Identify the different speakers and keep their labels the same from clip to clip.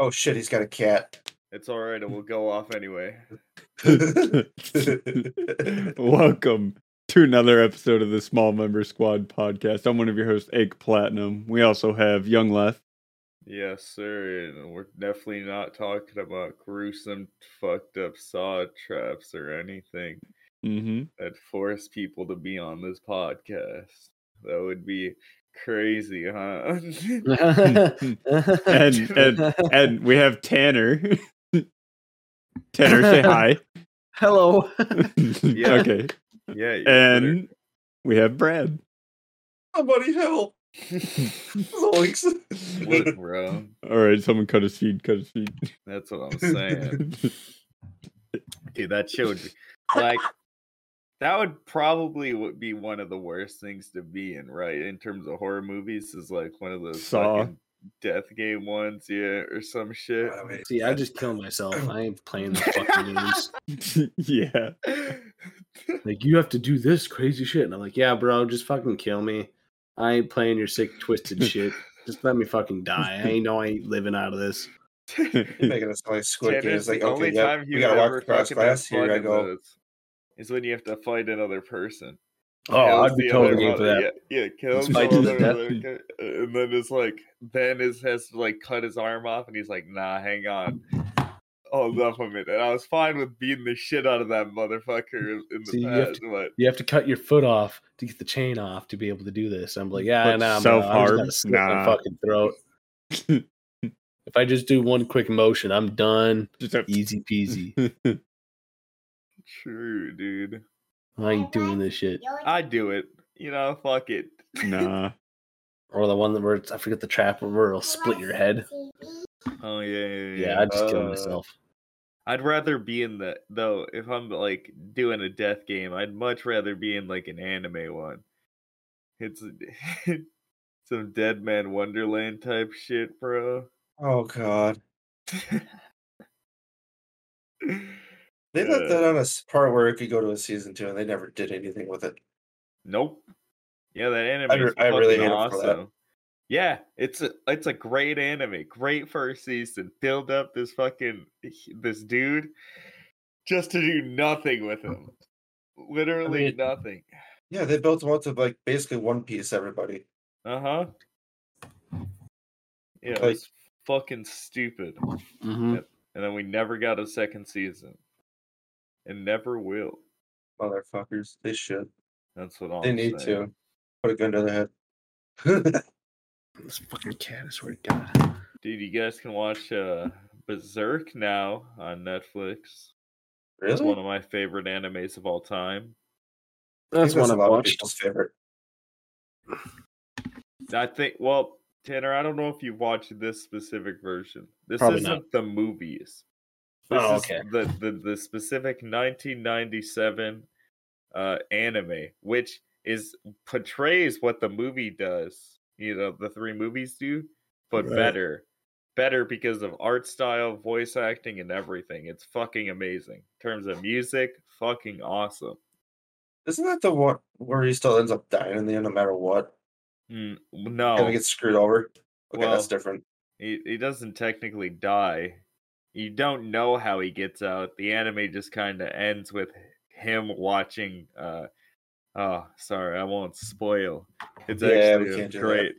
Speaker 1: Oh shit, he's got a cat.
Speaker 2: It's all right. It will go off anyway.
Speaker 3: Welcome to another episode of the Small Member Squad podcast. I'm one of your hosts, Egg Platinum. We also have Young Left.
Speaker 2: Yes, sir. And we're definitely not talking about gruesome, fucked up saw traps or anything
Speaker 3: Mm-hmm.
Speaker 2: that force people to be on this podcast. That would be crazy, huh?
Speaker 3: And and and we have Tanner. Tanner, say hi.
Speaker 4: Hello.
Speaker 2: Yeah.
Speaker 3: Okay.
Speaker 2: yeah. you better-
Speaker 3: And we have Brad.
Speaker 1: Somebody help! Zoinks.
Speaker 2: What, bro.
Speaker 3: All right, someone cut his feed. Cut his feed.
Speaker 2: That's what I'm saying. Dude, that shit would be like that would probably would be one of the worst things to be in, right? In terms of horror movies, is like one of those
Speaker 3: Saw.
Speaker 2: fucking death game ones, yeah, or some shit.
Speaker 1: I mean,
Speaker 4: See, I just killed myself. I ain't playing the fucking games.
Speaker 3: yeah.
Speaker 1: Uh,
Speaker 4: Like, you have to do this crazy shit. And I'm like, yeah, bro, just fucking kill me. I ain't playing your sick, twisted shit. Just let me fucking die. I ain't know I ain't living out of this.
Speaker 1: making us like squid
Speaker 2: Tanner's
Speaker 1: games. Like,
Speaker 2: the
Speaker 1: okay,
Speaker 2: only
Speaker 1: yep,
Speaker 2: time
Speaker 1: we
Speaker 2: you
Speaker 1: gotta
Speaker 2: ever
Speaker 1: walk across
Speaker 2: fucking have
Speaker 1: glass. Here
Speaker 2: fun
Speaker 1: I
Speaker 2: in
Speaker 1: go.
Speaker 2: those Is when you have to fight another person.
Speaker 4: Oh,
Speaker 2: kills
Speaker 4: I'd be
Speaker 2: the
Speaker 4: totally
Speaker 2: other
Speaker 4: game for
Speaker 2: mother-
Speaker 4: that.
Speaker 2: Yeah, yeah kills
Speaker 4: fight
Speaker 2: the
Speaker 4: to the
Speaker 2: other
Speaker 4: death.
Speaker 2: mother- and then it's like Ben is has to like cut his arm off, and he's like, "Nah, hang on, Oh, hold up a minute." And I was fine with beating the shit out of that motherfucker in in the
Speaker 4: See, you have
Speaker 2: past, but
Speaker 4: You have to cut your foot off to get the chain off to be able to do this. I'm like, yeah,
Speaker 3: But
Speaker 4: nah, bro, I'm just
Speaker 3: self-harm?
Speaker 4: gonna slit my
Speaker 3: Nah.
Speaker 4: fucking throat. If I just do one quick motion, I'm done.
Speaker 3: Just a-
Speaker 4: Easy peasy.
Speaker 2: true, dude,
Speaker 4: I ain't doing this shit.
Speaker 2: I do it. You know, fuck it.
Speaker 3: nah.
Speaker 4: Or the one that where it's, I forget the trap where it'll split your head.
Speaker 2: Oh yeah, yeah, yeah.
Speaker 4: Yeah, I just
Speaker 2: kill
Speaker 4: killed myself.
Speaker 2: I'd rather be in the though if I'm like doing a death game, I'd much rather be in like an anime one. It's some Dead Man Wonderland type shit, bro.
Speaker 1: Oh god, they let that on a s- part where it could go to a season two, and they never did anything with it.
Speaker 2: Nope. Yeah, that anime
Speaker 1: re-
Speaker 2: is
Speaker 1: I really
Speaker 2: fucking
Speaker 1: hate it for that.
Speaker 2: awesome. Yeah, it's a it's a great anime. Great first season. Build up this fucking this dude just to do nothing with him. Literally
Speaker 1: mean-
Speaker 2: nothing.
Speaker 1: Yeah, they built them up to like basically One Piece. Everybody.
Speaker 2: Uh huh. Yeah, it
Speaker 1: Like-
Speaker 2: was fucking stupid.
Speaker 4: hmm
Speaker 2: And then we never got a second season, and never will.
Speaker 1: Motherfuckers, they should.
Speaker 2: That's what I'm
Speaker 1: They need
Speaker 2: saying.
Speaker 1: to put a gun to their head.
Speaker 4: This fucking cat, I swear to God.
Speaker 2: Dude, you guys can watch uh, Berserk now on Netflix. It's one
Speaker 1: really?
Speaker 2: of my favorite animes of all time.
Speaker 4: That's
Speaker 1: I think
Speaker 4: one I've
Speaker 1: a lot of
Speaker 4: watched.
Speaker 1: people's favorite.
Speaker 2: I think. Well, Tanner, I don't know if you've watched this specific version. This
Speaker 4: Probably
Speaker 2: isn't
Speaker 4: not.
Speaker 2: the movies. This
Speaker 4: Oh,
Speaker 2: is
Speaker 4: okay.
Speaker 2: The, the the specific 1997 uh, anime, which is portrays what the movie does. You know, the three movies do, but
Speaker 4: Right.
Speaker 2: better, better because of art style, voice acting, and everything. It's fucking amazing. In terms of music, fucking awesome.
Speaker 1: Isn't that the one where he still ends up dying in the end, no matter what?
Speaker 2: Mm, no,
Speaker 1: And he gets screwed over. Okay,
Speaker 2: Well,
Speaker 1: that's different.
Speaker 2: He he doesn't technically die. You don't know how he gets out. The anime just kind of ends with him watching. Uh, oh, sorry, I won't spoil. It's
Speaker 1: Yeah, we
Speaker 2: actually a
Speaker 1: can't do that.
Speaker 2: great.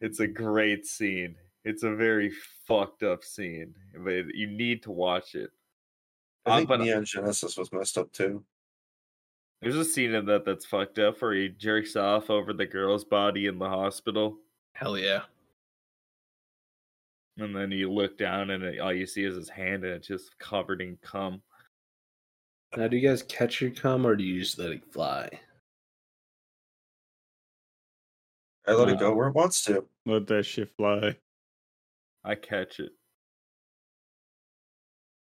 Speaker 2: It's a great scene. It's a very fucked up scene, but you need to watch it. Uh,
Speaker 1: I think
Speaker 2: but-
Speaker 1: Neon Genesis was messed up too.
Speaker 2: There's a scene in that that's fucked up where he jerks off over the girl's body in the hospital,
Speaker 4: Hell yeah.
Speaker 2: and then you look down and it- all you see is his hand, and it's just covered in cum.
Speaker 4: Now, do you guys catch your cum or do you just let it fly?
Speaker 1: I let it
Speaker 4: Wow.
Speaker 1: go where it wants to.
Speaker 3: Let that shit fly.
Speaker 2: I catch it.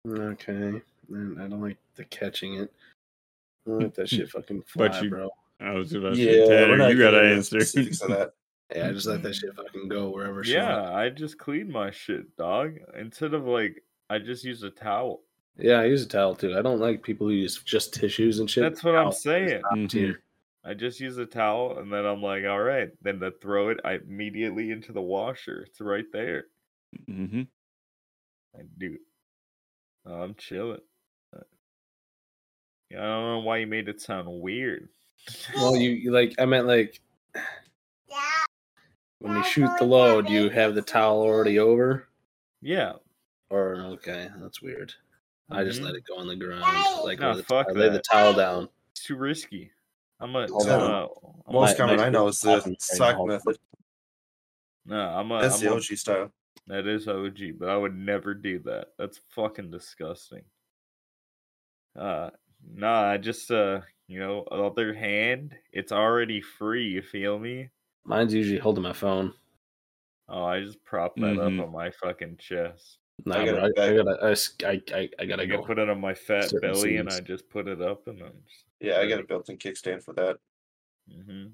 Speaker 4: Okay. And I don't like the catching it. I don't like that shit fucking fly,
Speaker 3: But you-
Speaker 4: bro.
Speaker 3: I was about to
Speaker 1: Yeah,
Speaker 3: say,
Speaker 1: we're
Speaker 3: Tanner,
Speaker 1: not
Speaker 3: you gotta
Speaker 1: getting into the
Speaker 3: answer.
Speaker 1: specifics of that.
Speaker 4: Yeah, I just let that shit fucking go wherever. she wants.
Speaker 2: Yeah, I just clean my shit, dog. Instead of like, I just use a towel.
Speaker 4: Yeah, I use a towel too. I don't like people who use just tissues and shit.
Speaker 2: That's what I'm
Speaker 4: Towel is
Speaker 2: saying.
Speaker 4: top
Speaker 3: Mhm.
Speaker 4: tier.
Speaker 2: I just use a towel, and then I'm like, all right. Then to throw it I immediately into the washer. It's right there.
Speaker 3: Mhm.
Speaker 2: I do. Oh, I'm chilling. Uh, yeah, I don't know why you made it sound weird.
Speaker 4: Well, you, you like I meant like when you shoot the load, you have the towel already over.
Speaker 2: Yeah.
Speaker 4: Or okay, that's weird. I just
Speaker 2: mhm.
Speaker 4: let it go on the ground. Like
Speaker 2: No,
Speaker 4: where the
Speaker 2: fuck
Speaker 4: I lay the
Speaker 2: that.
Speaker 4: towel down.
Speaker 2: It's too risky. I'm a
Speaker 4: Hold
Speaker 2: no,
Speaker 1: on.
Speaker 2: no, I'm a-
Speaker 1: Most
Speaker 4: Nice-
Speaker 1: common
Speaker 4: nice
Speaker 1: I know is
Speaker 4: little
Speaker 1: the
Speaker 4: pattern right
Speaker 1: sock
Speaker 4: now.
Speaker 1: method.
Speaker 2: no, I'm a,
Speaker 1: That's
Speaker 2: I'm
Speaker 1: the
Speaker 2: a
Speaker 1: OG style.
Speaker 2: that is OG, but I would never do that. That's fucking disgusting. Uh nah, I just uh you know, other hand, it's already free, you feel me?
Speaker 4: Mine's usually holding my phone.
Speaker 2: Oh, I just prop that
Speaker 3: Mhm.
Speaker 4: Mm-hmm.
Speaker 2: up on my my fucking chest.
Speaker 4: No,
Speaker 1: I
Speaker 4: I
Speaker 1: gotta-
Speaker 4: gotta, I, I gotta, I s- I, I, I
Speaker 2: I
Speaker 4: gotta
Speaker 2: can
Speaker 4: go.
Speaker 2: put it on my fat
Speaker 4: Certain
Speaker 2: belly and I
Speaker 4: scenes.
Speaker 2: just put it up and I'm just
Speaker 1: Yeah, I got a built-in kickstand for that.
Speaker 2: hmm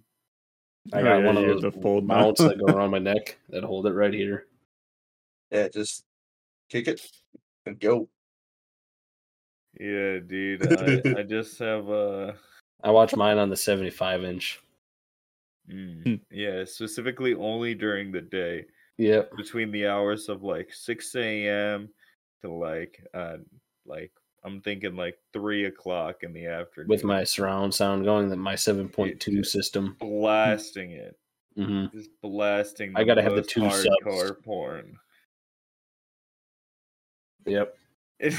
Speaker 4: I
Speaker 3: Oh,
Speaker 4: got
Speaker 3: yeah,
Speaker 4: one of
Speaker 3: you have
Speaker 4: those
Speaker 3: to fold now.
Speaker 4: mounts that go around my neck that hold it right here.
Speaker 1: Yeah, just kick it and go.
Speaker 2: Yeah, dude. I, I just have uh
Speaker 4: I watch mine on the 75 inch.
Speaker 2: mm,
Speaker 3: Hmm.
Speaker 2: yeah, specifically only during the day.
Speaker 4: Yep.
Speaker 2: between the hours of like 6 a.m. to like uh like I'm thinking like three o'clock in the afternoon
Speaker 4: With my surround sound going, that my 7.2 system.
Speaker 2: blasting it,
Speaker 4: hmm
Speaker 2: just blasting.
Speaker 4: Mm. I gotta have the
Speaker 2: most
Speaker 4: two subs.
Speaker 2: hardcore porn.
Speaker 4: Yep.
Speaker 2: It,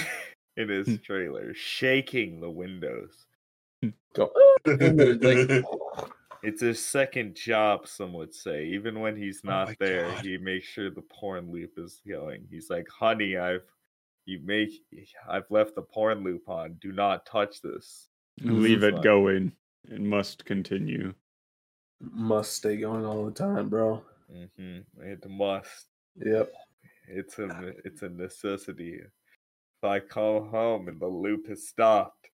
Speaker 2: in
Speaker 4: Hmm.
Speaker 2: his trailer, shaking the windows.
Speaker 4: Go.
Speaker 1: Like,
Speaker 2: It's his second job, some would say. Even when he's not
Speaker 1: Oh my
Speaker 2: there,
Speaker 1: God.
Speaker 2: he makes sure the porn loop is going. He's like, "Honey, I've you make I've left the porn loop on. Do not touch this."
Speaker 3: Leave
Speaker 2: is
Speaker 3: it
Speaker 2: fun.
Speaker 3: going. It must continue.
Speaker 4: Must stay going all the time, bro.
Speaker 2: hmm It must.
Speaker 4: Yep.
Speaker 2: It's a
Speaker 4: Uh,
Speaker 2: ne- it's a
Speaker 4: mm.
Speaker 2: necessity. If I come home and the loop has stopped,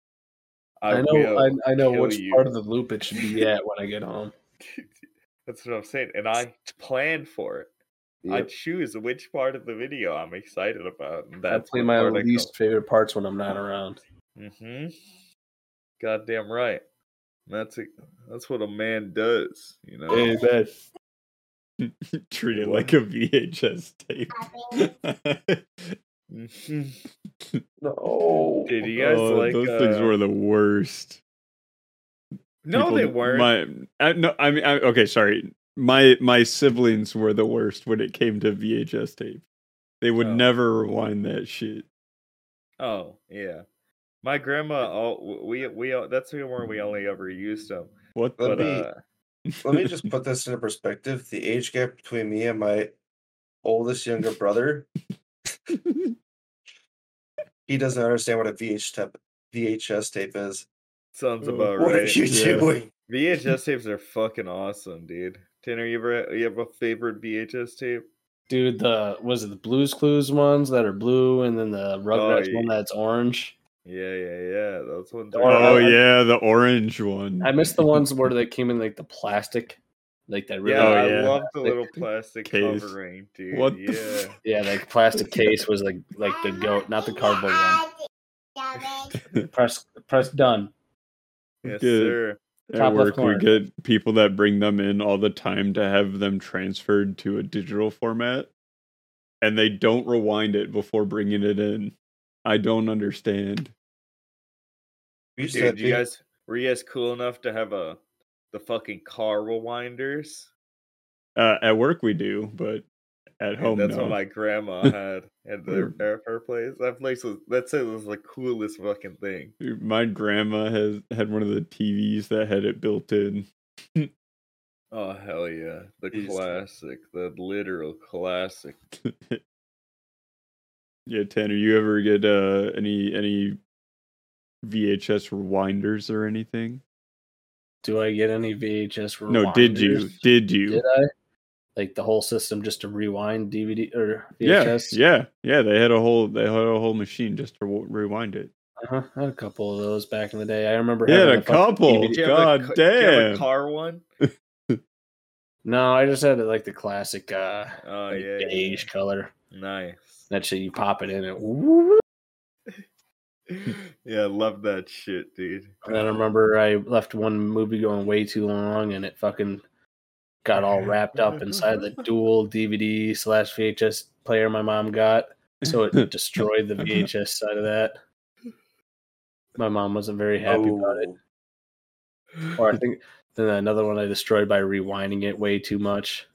Speaker 4: I,
Speaker 2: I,
Speaker 4: know.
Speaker 2: will.
Speaker 4: I, I know
Speaker 2: kill
Speaker 4: which
Speaker 2: you.
Speaker 4: part of the loop it should be at when I get home.
Speaker 2: That's what I'm saying, and I plan for it. I
Speaker 4: Yep.
Speaker 2: choose which part of the video I'm excited about. And
Speaker 4: I
Speaker 2: that's
Speaker 4: play my least favorite parts when I'm not around.
Speaker 2: Mm-hmm. Goddamn right. That's a, that's what a man does, you know.
Speaker 3: Amen. Treat it like a VHS tape.
Speaker 2: Mhm.
Speaker 1: no.
Speaker 2: Did you guys
Speaker 3: Oh,
Speaker 2: like?
Speaker 3: those things
Speaker 2: uh,
Speaker 3: were the worst.
Speaker 2: no,
Speaker 3: People-
Speaker 2: they weren't.
Speaker 3: My, I, no, I mean, I, okay, sorry. My my siblings were the worst when it came to VHS tape. They would
Speaker 2: Oh.
Speaker 3: never rewind that shit.
Speaker 2: Oh yeah, my grandma. All w- we we o- that's where we only ever used them.
Speaker 3: What
Speaker 1: Let
Speaker 2: But
Speaker 1: me-
Speaker 3: the?
Speaker 2: uh,
Speaker 1: Let me just put this into perspective. The age gap between me and my oldest younger brother, he doesn't understand what a VH tape, VHS tape is.
Speaker 2: sounds
Speaker 3: Oh,
Speaker 2: about
Speaker 1: What are
Speaker 2: right.
Speaker 1: you
Speaker 3: yeah.
Speaker 1: doing?
Speaker 2: VHS tapes are fucking awesome, dude. Tanner, you ever you have a favorite VHS tape?
Speaker 4: Dude, the was it the Blues Clues ones that are blue, and then the Rugrats one
Speaker 2: yeah.
Speaker 4: that's orange.
Speaker 2: Yeah, yeah, yeah. Those ones.
Speaker 4: Oh,
Speaker 2: Are
Speaker 3: oh
Speaker 4: I-
Speaker 3: yeah, the orange one.
Speaker 4: I missed the ones where they came in like the plastic, like that. Really
Speaker 2: Yeah,
Speaker 3: Oh,
Speaker 2: I
Speaker 3: yeah.
Speaker 2: love the
Speaker 4: Like,
Speaker 2: little plastic
Speaker 3: case.
Speaker 2: covering, dude.
Speaker 3: What
Speaker 2: yeah.
Speaker 3: the
Speaker 4: yeah, like plastic case was like like the goat, not the cardboard one. Press press done.
Speaker 2: yes,
Speaker 3: Good.
Speaker 2: sir.
Speaker 3: At
Speaker 4: Top left
Speaker 3: work, we
Speaker 4: corner.
Speaker 3: get people that bring them in all the time to have them transferred to a digital format, and they don't rewind it before bringing it in. I don't understand.
Speaker 1: We used to have
Speaker 2: Dude, you
Speaker 1: big-
Speaker 2: guys were you guys cool enough to have a the fucking car rewinders?
Speaker 3: Uh, at work, we do, but at
Speaker 2: Yeah,
Speaker 3: home,
Speaker 2: that's
Speaker 3: no.
Speaker 2: what my grandma had at the,
Speaker 3: Mm.
Speaker 2: her, her place. That place was that it was the coolest fucking thing.
Speaker 3: Dude, My grandma has had one of the TVs that had it built in.
Speaker 2: Oh hell yeah, the
Speaker 1: Jeez.
Speaker 2: classic, the literal classic.
Speaker 3: yeah, Tanner, you ever get uh, any any VHS rewinders or anything?
Speaker 4: Do I get any VHS?
Speaker 3: No, did you?
Speaker 4: reminders?
Speaker 3: Did you?
Speaker 4: Did I? Like the whole system just to rewind DVD or
Speaker 3: Yeah,
Speaker 4: VHS?
Speaker 3: yeah, yeah. They had a whole they had a whole machine just to w- rewind it.
Speaker 4: Uh-huh. I had a couple of those back in the day. I remember
Speaker 3: Yeah,
Speaker 4: having
Speaker 3: a
Speaker 4: the fucking
Speaker 3: couple.
Speaker 4: DVD.
Speaker 2: you have a
Speaker 3: God
Speaker 2: ca- did you have a
Speaker 3: damn.
Speaker 2: car one.
Speaker 4: No, I just had like the classic uh
Speaker 2: Oh
Speaker 4: like,
Speaker 2: yeah, yeah,
Speaker 4: beige color.
Speaker 2: yeah. nice.
Speaker 4: That shit you pop it in it. woo-
Speaker 2: yeah, I love that shit, dude.
Speaker 4: And then I remember I left one movie going way too long and it fucking got all wrapped up inside the dual DVD slash VHS player my mom got. so it destroyed the VHS side of that. My mom wasn't very happy
Speaker 1: Oh.
Speaker 4: about it. Or I think then another one I destroyed by rewinding it way too much.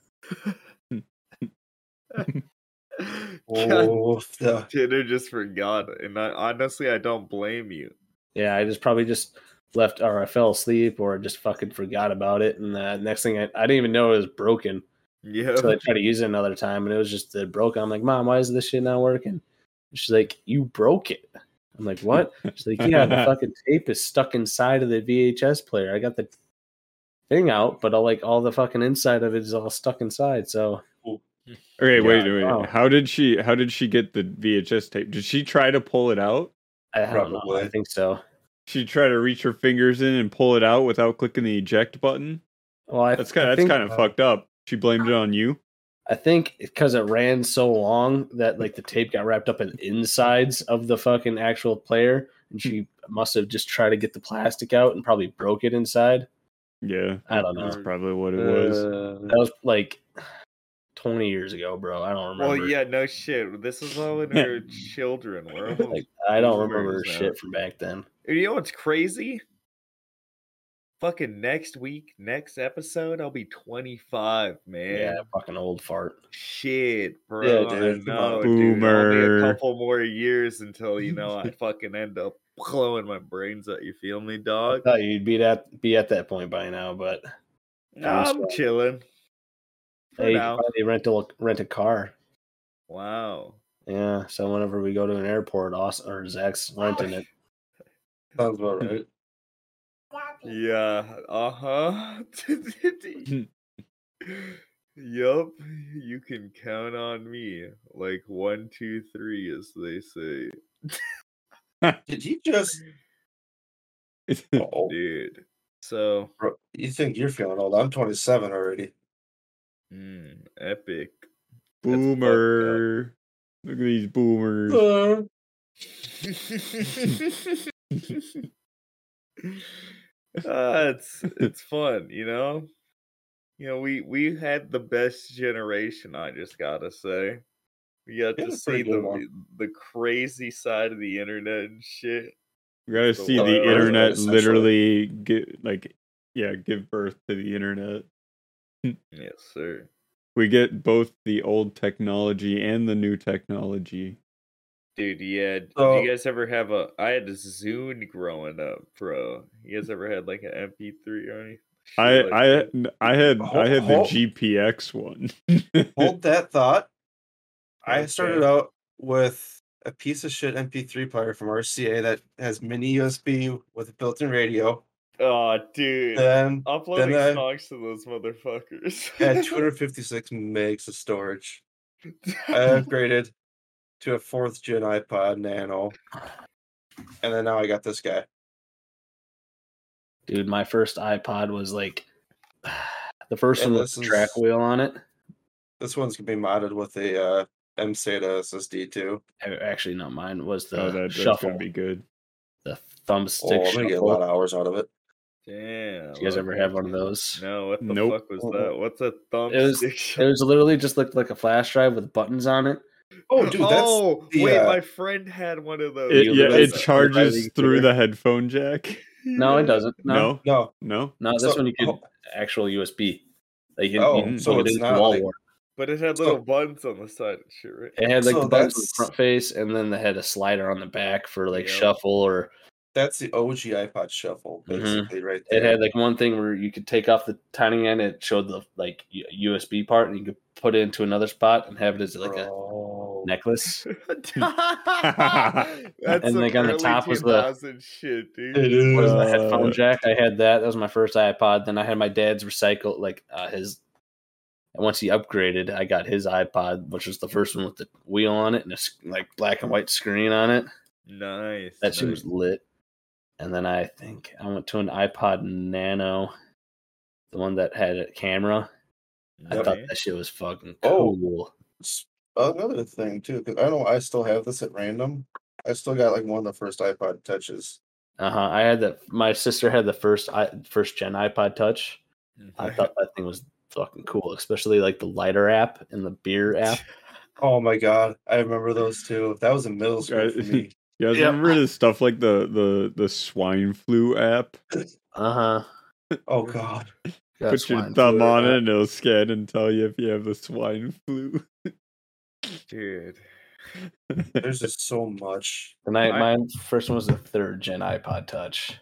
Speaker 2: God,
Speaker 1: Oh, the-
Speaker 2: Tanner just forgot, and I, honestly, I don't blame you.
Speaker 4: Yeah, I just probably just left or I fell asleep or just fucking forgot about it. And the next thing I, I didn't even know it was broken.
Speaker 2: Yeah,
Speaker 4: So I tried to use it another time and it was just it broke. I'm like, Mom, why is this shit not working? She's like, You broke it. I'm like, What? She's like, Yeah, the fucking tape is stuck inside of the VHS player. I got the thing out, but all like all the fucking inside of it is all stuck inside. So
Speaker 3: Okay, wait, wait.
Speaker 2: Oh.
Speaker 4: wow.
Speaker 3: How did she? How did she get the VHS tape? Did she try to pull it out?
Speaker 4: I don't know. I
Speaker 1: Probably.
Speaker 4: think so.
Speaker 3: She try to reach her fingers in and pull it out without clicking the eject button.
Speaker 4: Well, I,
Speaker 3: That's
Speaker 4: I
Speaker 3: kind. That's
Speaker 4: think-
Speaker 3: kind
Speaker 2: uh,
Speaker 3: of fucked up. She blamed it on you.
Speaker 4: I think because it ran so long that like the tape got wrapped up in insides of the fucking actual player, and she must have just tried to get the plastic out and probably broke it inside.
Speaker 3: Yeah,
Speaker 4: I don't know.
Speaker 3: that's probably what it
Speaker 2: Uh,
Speaker 3: was.
Speaker 4: That was like twenty years ago, bro. I don't
Speaker 2: Well,
Speaker 4: remember.
Speaker 2: yeah, no shit. This is all when we were children. We're almost-
Speaker 4: Like, I don't
Speaker 2: Where
Speaker 4: remember
Speaker 2: is that?
Speaker 4: shit from back then.
Speaker 2: you know what's crazy? Fucking next week, next episode, I'll be 25, man.
Speaker 4: Yeah, fucking old fart.
Speaker 2: Shit, bro.
Speaker 1: dude,
Speaker 2: I
Speaker 1: come on.
Speaker 2: know, dude. Only
Speaker 3: Boomer.
Speaker 2: a couple more years until you know I fucking end up blowing my brains out. You feel me,
Speaker 4: I
Speaker 2: dog?
Speaker 4: thought you'd be at be at that point by now, but
Speaker 2: No, I'm
Speaker 4: Awesome.
Speaker 2: chilling. For
Speaker 4: hey, you
Speaker 2: now.
Speaker 4: can probably rent a rent a car.
Speaker 2: Wow.
Speaker 4: Yeah, so whenever we go to an airport, Austin or Zach's renting it.
Speaker 1: Sounds about right.
Speaker 2: Yeah. Uh huh. oh, yup. You can count on me. Like one, two, three, as they say,
Speaker 1: Did he just? Oh,
Speaker 2: dude. So,
Speaker 1: bro, you think you're feeling old? I'm 27 already.
Speaker 2: mm, epic.
Speaker 3: Boomer. Look at these boomers.
Speaker 1: Uh,
Speaker 2: uh, it's it's fun, you know. You know, we we had the best generation. I just gotta say, we got
Speaker 1: Yeah,
Speaker 2: to
Speaker 1: it's pretty
Speaker 2: see
Speaker 1: good
Speaker 2: the
Speaker 1: one.
Speaker 2: the crazy side of the internet and shit.
Speaker 3: We gotta
Speaker 2: So
Speaker 3: see
Speaker 2: what-
Speaker 3: the
Speaker 2: uh,
Speaker 3: internet
Speaker 1: essentially-
Speaker 3: literally get like, yeah, give birth to the internet.
Speaker 2: Yes, sir.
Speaker 3: We get both the old technology and the new technology.
Speaker 2: Dude, yeah. d- do
Speaker 1: So-
Speaker 2: you guys ever have a? I had a Zune growing up, bro. You guys ever had like an MP3 or anything?
Speaker 3: I I I had I had the
Speaker 1: Hold-
Speaker 3: GPX one.
Speaker 1: hold that thought. I
Speaker 2: Okay.
Speaker 1: started out with a piece of shit MP3 player from RCA that has mini USB with a built-in radio.
Speaker 2: Oh, dude.
Speaker 1: Then
Speaker 2: Uploading
Speaker 1: I-
Speaker 2: songs to those motherfuckers.
Speaker 1: I had 256 megs of storage. I upgraded to a fourth gen iPod Nano, and then now I got this guy.
Speaker 4: Dude, my first iPod was like the first
Speaker 1: And
Speaker 4: one with
Speaker 1: this
Speaker 4: the track
Speaker 1: is-
Speaker 4: wheel on it.
Speaker 1: This one's gonna be modded with a uh, MSATA SSD too.
Speaker 4: A- Actually, not mine was the
Speaker 3: oh, that, that's
Speaker 4: shuffle,
Speaker 3: gonna be good.
Speaker 4: the
Speaker 1: Oh, I'm
Speaker 4: thumbstick
Speaker 1: gonna get a lot
Speaker 4: shuffle.
Speaker 1: of hours out of it.
Speaker 2: Damn.
Speaker 4: Did you guys ever have one of
Speaker 2: okay.
Speaker 4: those?
Speaker 2: No, what the
Speaker 3: Nope.
Speaker 2: fuck was that? What's a thumb
Speaker 4: It was- It was literally just looked like a flash drive with buttons on it.
Speaker 1: Oh, dude, that's
Speaker 2: oh,
Speaker 1: the,
Speaker 2: wait,
Speaker 1: uh,
Speaker 2: my friend had one of those.
Speaker 3: It,
Speaker 4: you
Speaker 3: yeah,
Speaker 4: literally
Speaker 3: it
Speaker 4: said-
Speaker 3: charges
Speaker 4: Everybody
Speaker 3: through
Speaker 4: did.
Speaker 3: the headphone jack.
Speaker 4: No, it
Speaker 2: Yeah.
Speaker 4: doesn't. No,
Speaker 3: No,
Speaker 1: no.
Speaker 3: no.
Speaker 4: no, this
Speaker 1: so-
Speaker 4: one you could
Speaker 1: oh,
Speaker 4: actual USB. Like you,
Speaker 1: Oh,
Speaker 4: you can
Speaker 1: so
Speaker 4: plug it
Speaker 1: it's
Speaker 4: into
Speaker 1: not
Speaker 4: wall
Speaker 1: like-
Speaker 4: wart.
Speaker 2: But it had
Speaker 1: So-
Speaker 2: little buttons on the side and shit, right?
Speaker 4: It had like
Speaker 1: so
Speaker 4: the buttons on the
Speaker 1: that's-
Speaker 4: front face, and then they had a slider on the back for like
Speaker 2: Yeah.
Speaker 4: shuffle or
Speaker 1: that's the OG iPod shuffle,
Speaker 4: Mhm.
Speaker 1: basically, right there.
Speaker 4: It had like one thing where you could take off the tiny end. It showed the like U- USB part, and you could put it into another spot and have it as like a
Speaker 1: Bro.
Speaker 4: necklace.
Speaker 1: Uh,
Speaker 2: That's
Speaker 4: And,
Speaker 2: some
Speaker 4: like, on the
Speaker 2: early
Speaker 4: top was the-
Speaker 2: 2000 shit, dude.
Speaker 1: It is.
Speaker 4: What is the
Speaker 3: Uh,
Speaker 4: headphone jack? I had that. That was my first iPod. Then I had my dad's recycle, like uh, his. And once he upgraded, I got his iPod, which was the first one with the wheel on it and a s- like black and white screen on it.
Speaker 2: Nice.
Speaker 4: That shit was
Speaker 2: nice.
Speaker 4: lit. And then I think I went to an iPod Nano, the one that had a camera. I
Speaker 2: Nice.
Speaker 4: thought that shit was fucking
Speaker 1: Oh.
Speaker 4: cool.
Speaker 1: S- Another thing too, because I know I still have this at random. I still got like one of the first iPod touches.
Speaker 4: Uh huh. I had that. My sister had the first i first gen iPod Touch. I thought that thing was fucking cool, especially like the lighter app and the beer app.
Speaker 1: Oh my god, I remember those two. That was in middle school for
Speaker 3: Guys-
Speaker 1: me.
Speaker 3: You guys
Speaker 5: Yeah.
Speaker 3: remember this stuff like the the the swine flu app?
Speaker 4: Uh huh.
Speaker 1: Oh god,
Speaker 5: Got
Speaker 3: Put your
Speaker 5: swine
Speaker 3: thumb
Speaker 5: flu.
Speaker 3: on it and it'll scan and tell you if you have the swine flu.
Speaker 2: Dude.
Speaker 1: there's just so much.
Speaker 4: And I,
Speaker 2: My-
Speaker 4: my first one was the third gen iPod Touch.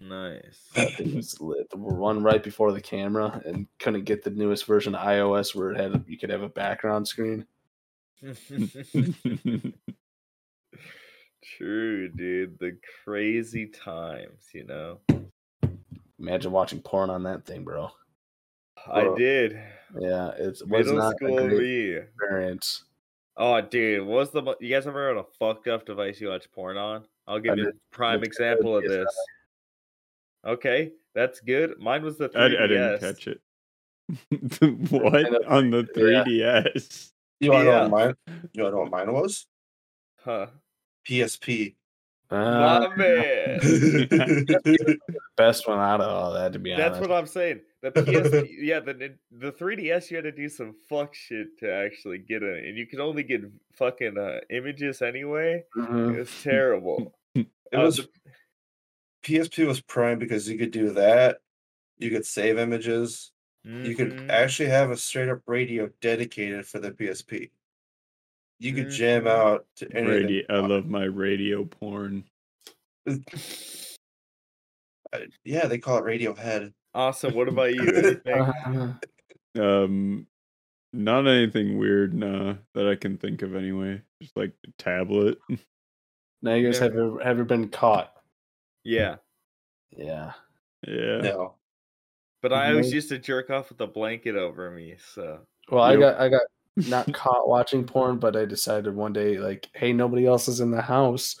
Speaker 2: Nice.
Speaker 4: That thing was lit. The one right before the camera, and couldn't get the newest version of iOS where it had you could have a background screen.
Speaker 2: True, dude. The crazy times, you know.
Speaker 4: Imagine watching porn on that thing, bro.
Speaker 2: I
Speaker 1: Bro.
Speaker 2: did.
Speaker 4: Yeah, it's was
Speaker 2: Middle
Speaker 4: not a
Speaker 2: school
Speaker 4: great
Speaker 2: me.
Speaker 4: experience.
Speaker 2: Oh, dude, what's the mo- you guys ever on a fucked up device you watch porn on? I'll
Speaker 4: I
Speaker 2: give you
Speaker 4: did.
Speaker 2: a prime
Speaker 4: Nintendo
Speaker 2: example of
Speaker 4: DSi.
Speaker 2: this. Okay, that's good. Mine was the 3DS.
Speaker 3: I, I didn't catch it. what
Speaker 4: Nintendo
Speaker 3: on the 3DS?
Speaker 1: You want to know
Speaker 2: Yeah.
Speaker 1: what mine? You want to know what mine was?
Speaker 2: Huh.
Speaker 1: PSP.
Speaker 4: Uh,
Speaker 2: My man.
Speaker 4: best one out of all that, to be
Speaker 2: That's
Speaker 4: honest.
Speaker 2: what I'm saying. The PS, yeah, the nin- the 3DS, you had to do some fuck shit to actually get it, and you could only get fucking uh, images anyway.
Speaker 4: Mhm.
Speaker 2: It was terrible.
Speaker 1: It
Speaker 2: Uh,
Speaker 1: was
Speaker 2: the-
Speaker 1: PSP was prime because you could do that. You could save images. You could
Speaker 2: Mhm.
Speaker 1: actually have a straight up radio dedicated for the PSP. You could jam
Speaker 2: Mhm.
Speaker 1: out to anything.
Speaker 3: Radio, I
Speaker 1: you want.
Speaker 3: love my radio porn.
Speaker 1: Uh, Yeah, they call it Radiohead.
Speaker 2: Awesome. What about you? Anything?
Speaker 4: Uh,
Speaker 3: Um, not anything weird, nah, that I can think of anyway. Just like tablet.
Speaker 4: now you guys
Speaker 2: Yeah.
Speaker 4: have ever, have you been caught?
Speaker 2: yeah,
Speaker 4: Yeah.
Speaker 3: Yeah.
Speaker 1: No.
Speaker 2: but I always
Speaker 4: Mhm.
Speaker 2: used to jerk off with a blanket over me. So
Speaker 4: Well,
Speaker 3: Yep.
Speaker 4: I got I got not caught watching porn, but I decided one day, like, hey, nobody else is in the house.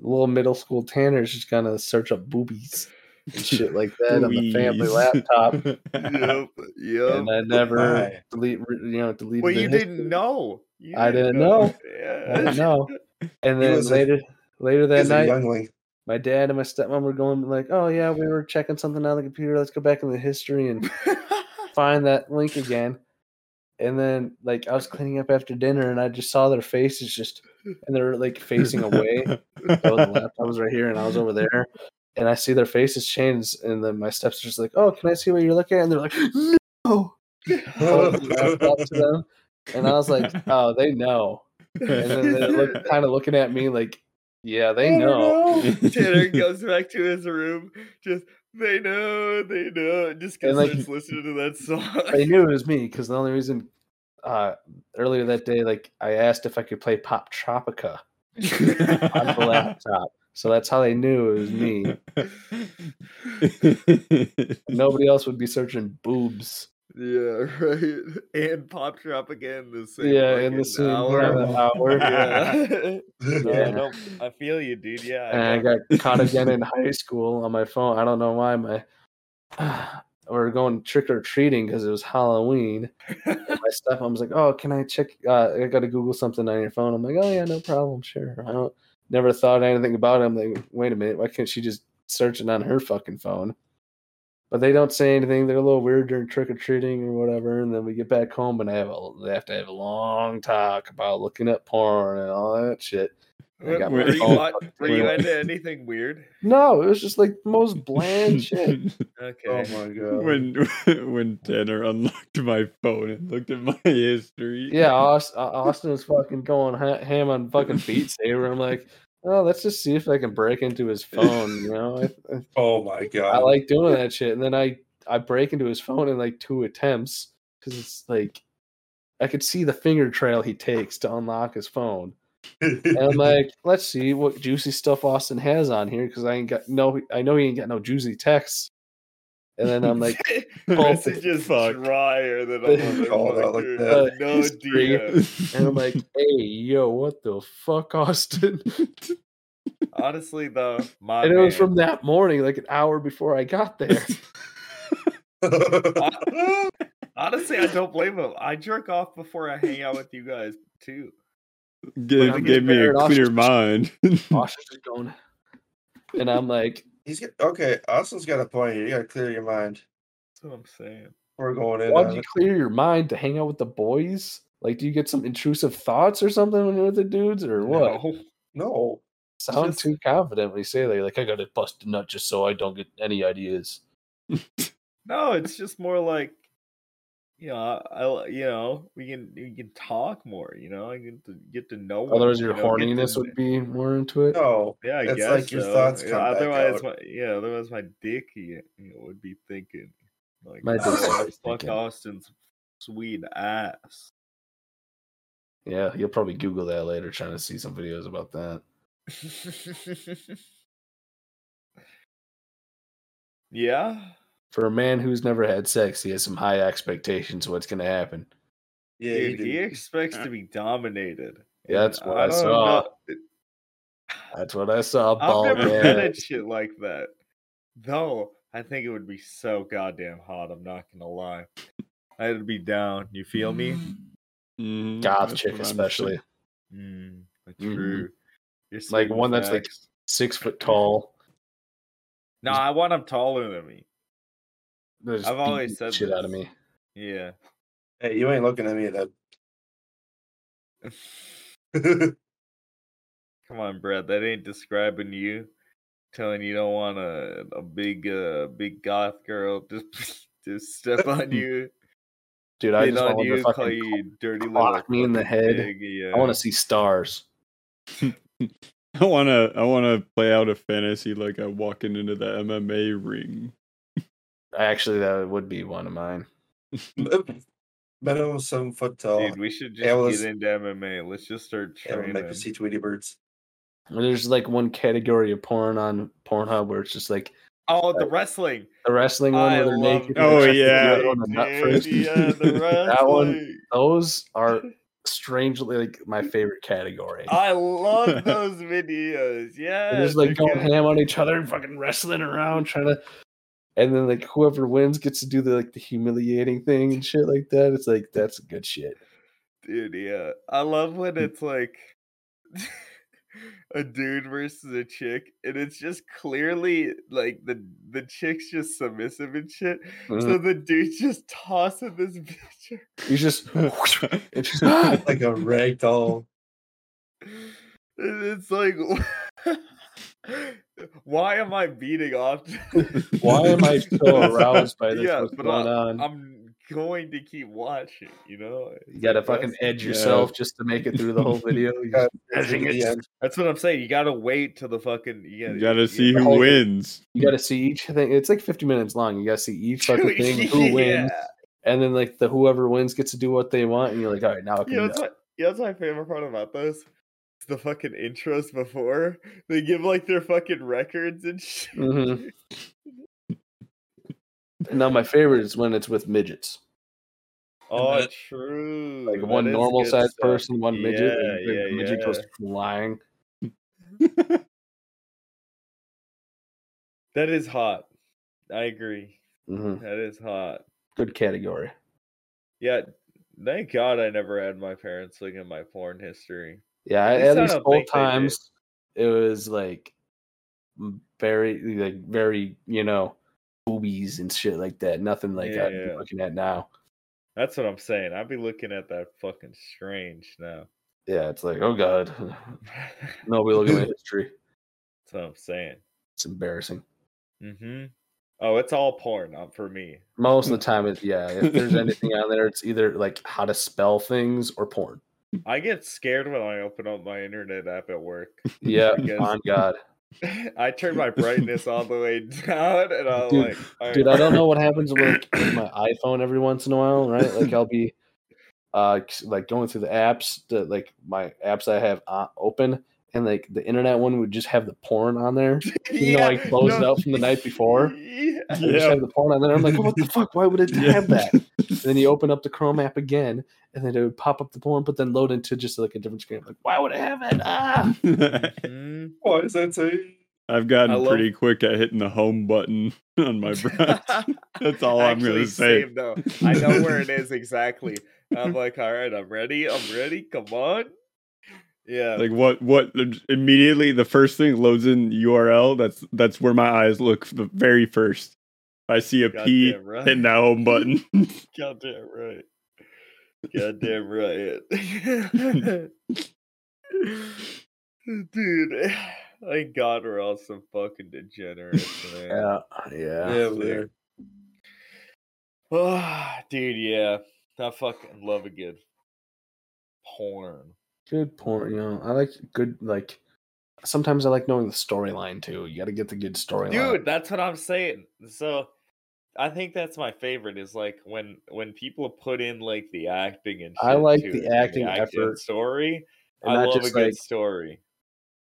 Speaker 4: Little middle school Tanner's just gonna search up boobies and shit like that on the family
Speaker 3: Boobies.
Speaker 4: laptop,
Speaker 2: yep, yep.
Speaker 4: and I never
Speaker 1: Why?
Speaker 4: delete, you know, deleted.
Speaker 2: Well,
Speaker 4: the
Speaker 2: you
Speaker 4: history.
Speaker 2: didn't know. You
Speaker 4: I didn't know. I
Speaker 2: Yeah.
Speaker 4: didn't know. And
Speaker 1: He
Speaker 4: then
Speaker 1: was a-
Speaker 4: later, later that
Speaker 1: He's a
Speaker 4: night,
Speaker 1: youngling.
Speaker 4: my dad and my stepmom were going like, "Oh yeah, we were checking something on the computer. Let's go back in the history and find that link again." And then like I was cleaning up after dinner and I just saw their faces just and they're like facing away. So the laptop was right here and I was over there. And I see their faces change and then my steps just like, "Oh, can I see what you're looking at?" And they're like, "No." I was walked up to them, and I was like, "Oh, they know." And then they're look, kind of looking at me like, "Yeah, they know."
Speaker 2: Oh, Tanner goes back to his room. Just they know, they know. and Just
Speaker 4: And,
Speaker 2: because
Speaker 4: like,
Speaker 2: listening to that
Speaker 4: they
Speaker 2: song.
Speaker 4: knew it was me because the only reason uh earlier that day like i asked if i could play pop tropica on the laptop so that's how they knew it was me nobody else would be searching boobs
Speaker 2: yeah, right. And pop drop again the same.
Speaker 4: yeah in
Speaker 2: fucking
Speaker 4: the same
Speaker 2: hour.
Speaker 4: hour, hour.
Speaker 2: Yeah. yeah,
Speaker 4: Yeah.
Speaker 2: no, I feel you, dude. Yeah,
Speaker 4: and i
Speaker 2: know.
Speaker 4: got caught again in high school on my phone i don't know why my we were going trick-or-treating because it was halloween and my stepmom was like oh can i check uh, i gotta google something on your phone i'm like oh yeah no problem sure i don't never thought anything about it i'm like wait a minute why can't she just search it on her fucking phone but they don't say anything they're a little weird during trick-or-treating or whatever and then we get back home and i have a, they have to have a long talk about looking at porn and all that shit I got
Speaker 2: were
Speaker 3: my
Speaker 2: you,
Speaker 3: phone
Speaker 2: on- were you
Speaker 4: wait.
Speaker 2: into anything weird?
Speaker 4: no it was just like the most bland shit
Speaker 1: Oh
Speaker 2: Okay.
Speaker 1: my god.
Speaker 3: when when Tanner unlocked my phone and looked at my history.
Speaker 4: Yeah, Aus- uh, Austin was fucking going ha- ham on fucking Beat Saber. I'm like, oh, let's just see if I can break into his phone. You know, I, I-
Speaker 1: oh my god.
Speaker 4: I like doing that shit. And then I I break into his phone in like two attempts because it's like I could see the finger trail he takes to unlock his phone. And I'm like, let's see what juicy stuff Austin has on here because I ain't got no, I know he ain't got no juicy texts. And then I'm like,
Speaker 2: This
Speaker 4: oh,
Speaker 2: is just
Speaker 3: fuck.
Speaker 2: drier than
Speaker 4: They
Speaker 2: a
Speaker 1: called out like
Speaker 2: motherfucker.
Speaker 1: that.
Speaker 2: No
Speaker 4: History.
Speaker 2: idea.
Speaker 4: and I'm like, hey, yo, what the fuck, Austin?
Speaker 2: Honestly, though, my
Speaker 4: And it was
Speaker 2: man.
Speaker 4: from that morning, like an hour before I got there.
Speaker 2: Honestly, I don't blame him. I jerk off before I hang out with you guys too.
Speaker 4: When
Speaker 3: gave,
Speaker 4: I'm
Speaker 3: gave me a
Speaker 4: prepared, I'll
Speaker 3: clear
Speaker 4: just-
Speaker 3: mind.
Speaker 4: Austin's just going, and I'm like,
Speaker 1: He's got, okay. Austin's got a point here. You gotta clear your mind.
Speaker 2: That's what I'm saying.
Speaker 1: We're going in. Uh,
Speaker 4: why'd
Speaker 2: uh,
Speaker 1: On
Speaker 4: you
Speaker 1: it.
Speaker 4: clear your mind to hang out with the boys? Like, do you get some intrusive thoughts or something when you're with the dudes, or what?
Speaker 2: No.
Speaker 1: No.
Speaker 4: Sound
Speaker 2: just-
Speaker 4: too confident when you say that. Like, I gotta bust a nut just so I don't get any ideas.
Speaker 2: No, it's just more like, you know, I, I- you know, we can we can talk more. You know, I get to get to know. one,
Speaker 4: Otherwise,
Speaker 2: you
Speaker 4: Oh, your
Speaker 2: know, get to
Speaker 4: horniness
Speaker 2: kn-
Speaker 4: would be more into it.
Speaker 1: No.
Speaker 2: Yeah, I
Speaker 1: it's
Speaker 2: guess
Speaker 1: like your
Speaker 2: so.
Speaker 1: thoughts
Speaker 2: Yeah,
Speaker 1: come back
Speaker 2: otherwise,
Speaker 1: out.
Speaker 2: my yeah, otherwise my dick you know, would be thinking like,
Speaker 4: My dick's
Speaker 2: "Oh,
Speaker 4: always
Speaker 2: fuck
Speaker 4: thinking."
Speaker 2: Austin's sweet ass.
Speaker 4: Yeah, you'll probably Google that later, trying to see some videos about that.
Speaker 2: yeah.
Speaker 4: For a man who's never had sex, he has some high expectations of what's gonna happen.
Speaker 1: Yeah, you
Speaker 2: Dude,
Speaker 1: do.
Speaker 2: he expects to be dominated.
Speaker 4: Yeah, that's
Speaker 2: and
Speaker 4: what I
Speaker 2: don't
Speaker 4: saw.
Speaker 2: know-
Speaker 4: That's what I saw. Ball
Speaker 2: I've never
Speaker 4: man.
Speaker 2: been at shit like that. Though I think it would be so goddamn hot. I'm not gonna lie. I'd be down. You feel me?
Speaker 3: Mhm,
Speaker 4: goth
Speaker 3: that's
Speaker 4: chick
Speaker 3: what I'm
Speaker 4: especially
Speaker 3: saying.
Speaker 2: Mm, that's
Speaker 4: Mhm.
Speaker 2: true. You're
Speaker 4: like
Speaker 2: stating
Speaker 4: one that's like
Speaker 2: facts.
Speaker 4: six foot tall
Speaker 2: no. I want him taller than me.
Speaker 4: They'll just
Speaker 2: I've
Speaker 4: beat
Speaker 2: always
Speaker 4: the
Speaker 2: said
Speaker 4: shit out of
Speaker 2: this.
Speaker 4: me
Speaker 2: Yeah.
Speaker 1: Hey, you ain't looking at me then.
Speaker 2: Come on, Brad. That ain't describing you. Telling you don't want a a big uh big goth girl just just step on you,
Speaker 4: dude i
Speaker 2: hit
Speaker 4: just
Speaker 2: on
Speaker 4: want to
Speaker 2: you, call
Speaker 4: fucking
Speaker 2: you dirty little
Speaker 4: clock me in the head
Speaker 2: pig. Yeah.
Speaker 4: i want to see stars
Speaker 3: I wanna I wanna play out a fantasy like I'm walking into the MMA ring.
Speaker 4: actually that would be one of mine
Speaker 1: Minimum seven foot tall.
Speaker 2: Dude, we should just
Speaker 1: Yeah, well, let's-
Speaker 2: get into MMA. Let's just start
Speaker 1: yeah, we'll
Speaker 2: training.
Speaker 1: make you see Tweety E birds.
Speaker 4: there's like one category of porn on pornhub where it's just like
Speaker 2: oh, the wrestling.
Speaker 4: the wrestling one
Speaker 2: I
Speaker 4: where they're
Speaker 2: love
Speaker 4: naked
Speaker 3: that. Oh,
Speaker 4: and they're trying
Speaker 3: yeah.
Speaker 4: to get on the nut
Speaker 2: Dude,
Speaker 4: first.
Speaker 2: yeah, the
Speaker 4: That one-
Speaker 2: wrestling.
Speaker 4: those are strangely like my favorite category
Speaker 2: I love those videos. Yeah.
Speaker 4: They're just like going ham on each other, fucking wrestling around, trying to. And then like whoever wins gets to do the like the humiliating thing and shit like that. It's like that's good shit.
Speaker 2: Dude, yeah. I love when
Speaker 4: Mm.
Speaker 2: it's like a dude versus a chick, and it's just clearly like the the chick's just submissive and shit. So the dude's just tossing this bitch.
Speaker 4: Mm. He's just it's just
Speaker 1: Like a ragdoll.
Speaker 2: And It's like, why am I beating off? to this?
Speaker 4: why am I so aroused by this?
Speaker 2: Yeah,
Speaker 4: What's
Speaker 2: but uh,
Speaker 4: going on?
Speaker 2: I'm going to keep watching, you know?
Speaker 4: you gotta fucking edge
Speaker 3: Yeah.
Speaker 4: yourself just to make it through the whole video. You just edging it.
Speaker 1: Yeah,
Speaker 2: That's what I'm saying. You gotta wait till the fucking. You gotta,
Speaker 3: You gotta see who
Speaker 4: Hold it.
Speaker 3: wins.
Speaker 4: You gotta see each thing. It's like 50 minutes long. You gotta see each fucking thing, who wins,
Speaker 2: Yeah.
Speaker 4: and then like the whoever wins gets to do what they want, and you're like, all right, now I can.
Speaker 2: You know, that's, my, you know, that's my favorite part about those. It's the fucking intros before. They give like their fucking records and shit.
Speaker 4: Mhm. now my favorite is when it's with midgets.
Speaker 2: Oh, true.
Speaker 4: Like
Speaker 2: that
Speaker 4: one
Speaker 2: is
Speaker 4: normal
Speaker 2: good
Speaker 4: sized
Speaker 2: stuff.
Speaker 4: person, one midget,
Speaker 2: Yeah,
Speaker 4: and the
Speaker 2: yeah,
Speaker 4: midget
Speaker 2: yeah.
Speaker 4: goes flying.
Speaker 2: That is hot. I agree.
Speaker 4: Mhm.
Speaker 2: That is hot.
Speaker 4: Good category.
Speaker 2: Yeah, thank God I never had my parents look at my porn history.
Speaker 4: Yeah, I-
Speaker 2: least
Speaker 4: at
Speaker 2: I
Speaker 4: least
Speaker 2: don't
Speaker 4: both
Speaker 2: think they did.
Speaker 4: times it was like m- very, like very, you know, boobies and shit like that. Nothing like I'm
Speaker 2: Yeah.
Speaker 4: looking at now.
Speaker 2: That's what I'm saying. I'd be looking at that fucking strange now.
Speaker 4: Yeah, it's like, oh god,
Speaker 2: That's
Speaker 4: nobody look at my history.
Speaker 2: what I'm saying.
Speaker 4: It's embarrassing.
Speaker 2: Mm-hmm. Oh, it's all porn uh, for me.
Speaker 4: Most of the time, it's yeah. If there's anything on there, it's either like how to spell things or porn.
Speaker 2: I get scared when I open up my internet app at work.
Speaker 4: Yeah,
Speaker 2: Because-
Speaker 4: on God,
Speaker 2: I turn my brightness all the way down, and I'm
Speaker 4: Dude-
Speaker 2: like, all
Speaker 4: dude,
Speaker 2: right,
Speaker 4: I don't know what happens with like, with my iPhone every once in a while, right? Like I'll be, uh, c- like going through the apps that like my apps I have uh, open, and like the internet one would just have the porn on there. You know, I closed it out from the night before.
Speaker 2: Yeah.
Speaker 4: It would Just
Speaker 3: Yeah.
Speaker 4: have the porn on there. I'm like, what the fuck? Why would it
Speaker 3: Yeah.
Speaker 4: have that? And then you open up the Chrome app again, and then it would pop up the porn, but then load into just like a different screen. I'm like, why would it have it? Ah,
Speaker 2: Mhm.
Speaker 1: Why does that say?
Speaker 3: I've
Speaker 2: I
Speaker 3: gotten
Speaker 2: love-
Speaker 3: pretty quick at hitting the home button on my breath. That's all I'm gonna
Speaker 2: Actually,
Speaker 3: say.
Speaker 2: same, though. I know where it is exactly. I'm like, all right, I'm ready. I'm ready. Come on. Yeah.
Speaker 3: Like what? What? Immediately, the first thing loads in URL. That's that's where my eyes look the very first. I see a P
Speaker 2: Goddamn right.
Speaker 3: hitting that home button.
Speaker 2: Goddamn right. Goddamn right. Dude, thank God we're all some fucking degenerates, man.
Speaker 4: Yeah, yeah.
Speaker 1: Yeah, we are.
Speaker 2: Ah, dude, yeah. I fucking love a good porn.
Speaker 4: Good porn. You know, I like good like. Sometimes I like knowing the storyline too. You got to get the good storyline.
Speaker 2: Dude, that's what I'm saying. So I think that's my favorite is like when when people put in like the acting and
Speaker 4: I
Speaker 2: shit
Speaker 4: like
Speaker 2: to
Speaker 4: the
Speaker 2: it, and
Speaker 4: acting
Speaker 2: action
Speaker 4: effort.
Speaker 2: story.
Speaker 4: And
Speaker 2: I
Speaker 4: not
Speaker 2: love a
Speaker 4: just,
Speaker 2: good
Speaker 4: like-
Speaker 2: story.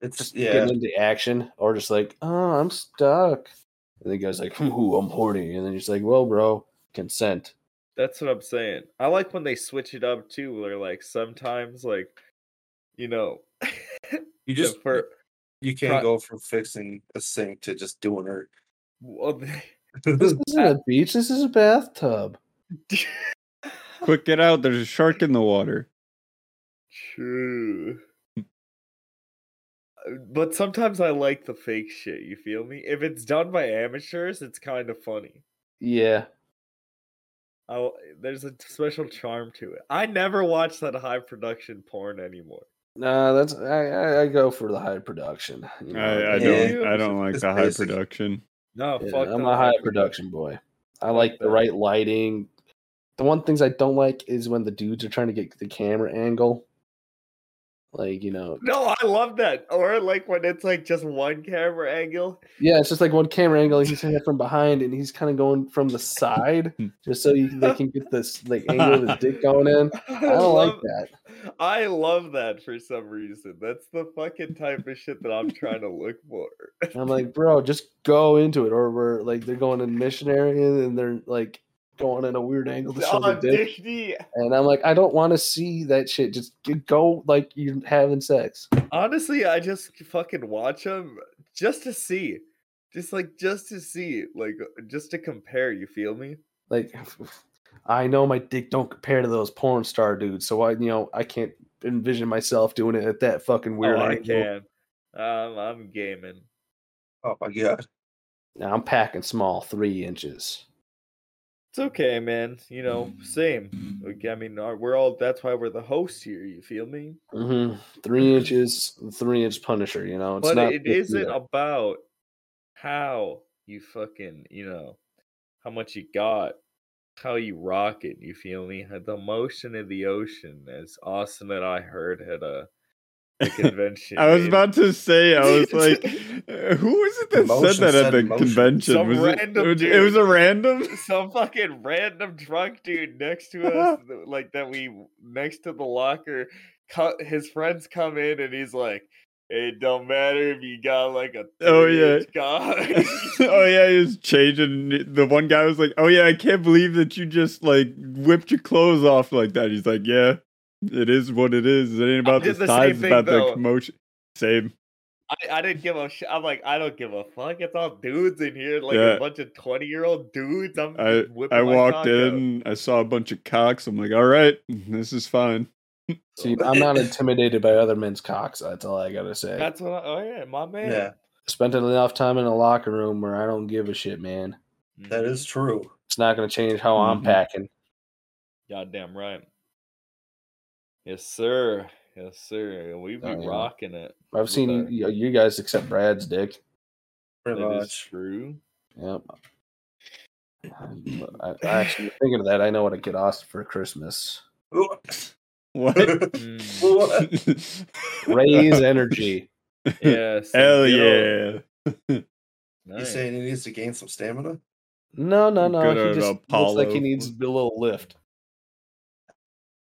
Speaker 1: It's
Speaker 4: just
Speaker 1: yeah.
Speaker 4: getting into action, or just like, oh, I'm stuck. And the guy's like, ooh, I'm horny, and then you're just like, well, bro, consent.
Speaker 2: That's what I'm saying. I like when they switch it up too, where like sometimes like you know
Speaker 1: You just
Speaker 2: for
Speaker 1: you
Speaker 2: pro-
Speaker 1: can't go from fixing a sink to just doing her.
Speaker 2: well,
Speaker 4: This isn't a beach. This is a bathtub.
Speaker 3: Quick, get out. There's a shark in the water.
Speaker 2: True.
Speaker 4: Hmm.
Speaker 2: But sometimes I like the fake shit, you feel me? If it's done by amateurs, it's kind of funny.
Speaker 4: Yeah,
Speaker 2: I, l- there's a t- special charm to it. I never watch that high production porn anymore.
Speaker 4: nah, that's I, I, I go for the high production. you know,
Speaker 3: I, I
Speaker 4: yeah.
Speaker 3: don't. I don't like
Speaker 1: It's
Speaker 3: the high
Speaker 1: basic.
Speaker 3: production.
Speaker 2: No,
Speaker 4: Yeah,
Speaker 2: fuck
Speaker 4: I'm
Speaker 2: the
Speaker 4: a high
Speaker 2: produ-
Speaker 4: production boy. I
Speaker 2: Fuck
Speaker 4: like the
Speaker 2: that.
Speaker 4: right lighting. The one things I don't like is when the dudes are trying to get the camera angle. Like, you know,
Speaker 2: No, I love that. Or like when it's like just one camera angle.
Speaker 4: yeah, it's just like one camera angle. He's hitting it from behind, and he's kind of going from the side, just so you, they can get this like angle of his dick going in.
Speaker 2: I,
Speaker 4: I don't like
Speaker 2: love,
Speaker 4: that.
Speaker 2: I love that for some reason. That's the fucking type of shit that I'm trying to look for.
Speaker 4: And I'm like, bro, just go into it, or we're like they're going in missionary, and they're like going in a weird angle to show the
Speaker 2: Oh,
Speaker 4: dick.
Speaker 2: Disney,
Speaker 4: And I'm like, I don't want to see that shit. Just g- go like you're having sex.
Speaker 2: Honestly, I just fucking watch them just to see. Just like just to see, like uh, just to compare, you feel me?
Speaker 4: Like, I know my dick don't compare to those porn star dudes, so I, you know, I can't envision myself doing it at that fucking weird
Speaker 2: oh, I
Speaker 4: angle.
Speaker 2: can. Um, I'm gaming.
Speaker 1: Oh my god.
Speaker 4: Now I'm packing small, three inches.
Speaker 2: It's okay, man. You know, same. Like, I mean, our- we're all that's why we're the hosts here, you feel me?
Speaker 4: hmm Three inches, three inch Punisher. You know, it's
Speaker 2: but
Speaker 4: not.
Speaker 2: it isn't about how you fucking, you know, how much you got, how you rock it, you feel me? The motion of the ocean, as Austin and I heard at a the convention.
Speaker 3: I was
Speaker 2: in-
Speaker 3: about to say, I was like, uh, who was it that
Speaker 1: Motion
Speaker 3: said that
Speaker 1: said
Speaker 3: at the
Speaker 1: motion.
Speaker 3: convention?
Speaker 2: Some
Speaker 3: was it-
Speaker 2: random
Speaker 3: it, was, it
Speaker 2: dude.
Speaker 3: was a random.
Speaker 2: some fucking random drunk dude next to us, th- like that we next to the locker. Co- his friends come in and he's like, "It don't matter if you got like a
Speaker 3: Oh, yeah.
Speaker 2: 30 -inch cock."
Speaker 3: oh yeah, he was changing. The one guy was like, "Oh yeah, I can't believe that you just like whipped your clothes off like that." He's like, "Yeah, it is what it is. It ain't about the
Speaker 2: did the same
Speaker 3: size, it's
Speaker 2: thing,
Speaker 3: about
Speaker 2: though.
Speaker 3: the commotion." Same.
Speaker 2: I, I didn't give a shit. I'm like, I don't give a fuck. It's all dudes in here, like
Speaker 3: Yeah.
Speaker 2: a bunch of twenty year old dudes. I'm
Speaker 3: I-
Speaker 2: just whipping
Speaker 3: I
Speaker 2: my
Speaker 3: walked
Speaker 2: cock
Speaker 3: in, I saw a bunch of cocks. I'm like, "All right, this is fine."
Speaker 2: out.
Speaker 4: See, I'm not intimidated by other men's cocks. That's all I gotta say.
Speaker 2: That's what. I, oh yeah, my man.
Speaker 1: Yeah,
Speaker 4: Spent enough time in a locker room where I don't give a shit, man.
Speaker 2: Mm-hmm.
Speaker 1: that is true.
Speaker 4: It's not gonna change how I'm
Speaker 3: Mhm.
Speaker 4: packing.
Speaker 2: Goddamn right. Yes, sir. Yes, sir. And we be
Speaker 4: Oh, yeah.
Speaker 2: rocking it.
Speaker 4: I've seen you-
Speaker 2: Okay.
Speaker 4: you, you guys accept Brad's dick.
Speaker 1: Pretty
Speaker 2: That is
Speaker 1: much.
Speaker 2: true.
Speaker 4: Yep. I, I actually thinking of that. I know what I get Austin for Christmas.
Speaker 3: What?
Speaker 2: Mm,
Speaker 1: What?
Speaker 4: Raise energy.
Speaker 2: yes.
Speaker 3: Hell
Speaker 2: you know,
Speaker 3: yeah!
Speaker 1: You
Speaker 2: nice.
Speaker 1: saying he needs to gain some stamina?
Speaker 4: No, no, no.
Speaker 3: Good
Speaker 4: he
Speaker 3: old
Speaker 4: just looks like
Speaker 3: Apollo.
Speaker 4: he needs a little lift.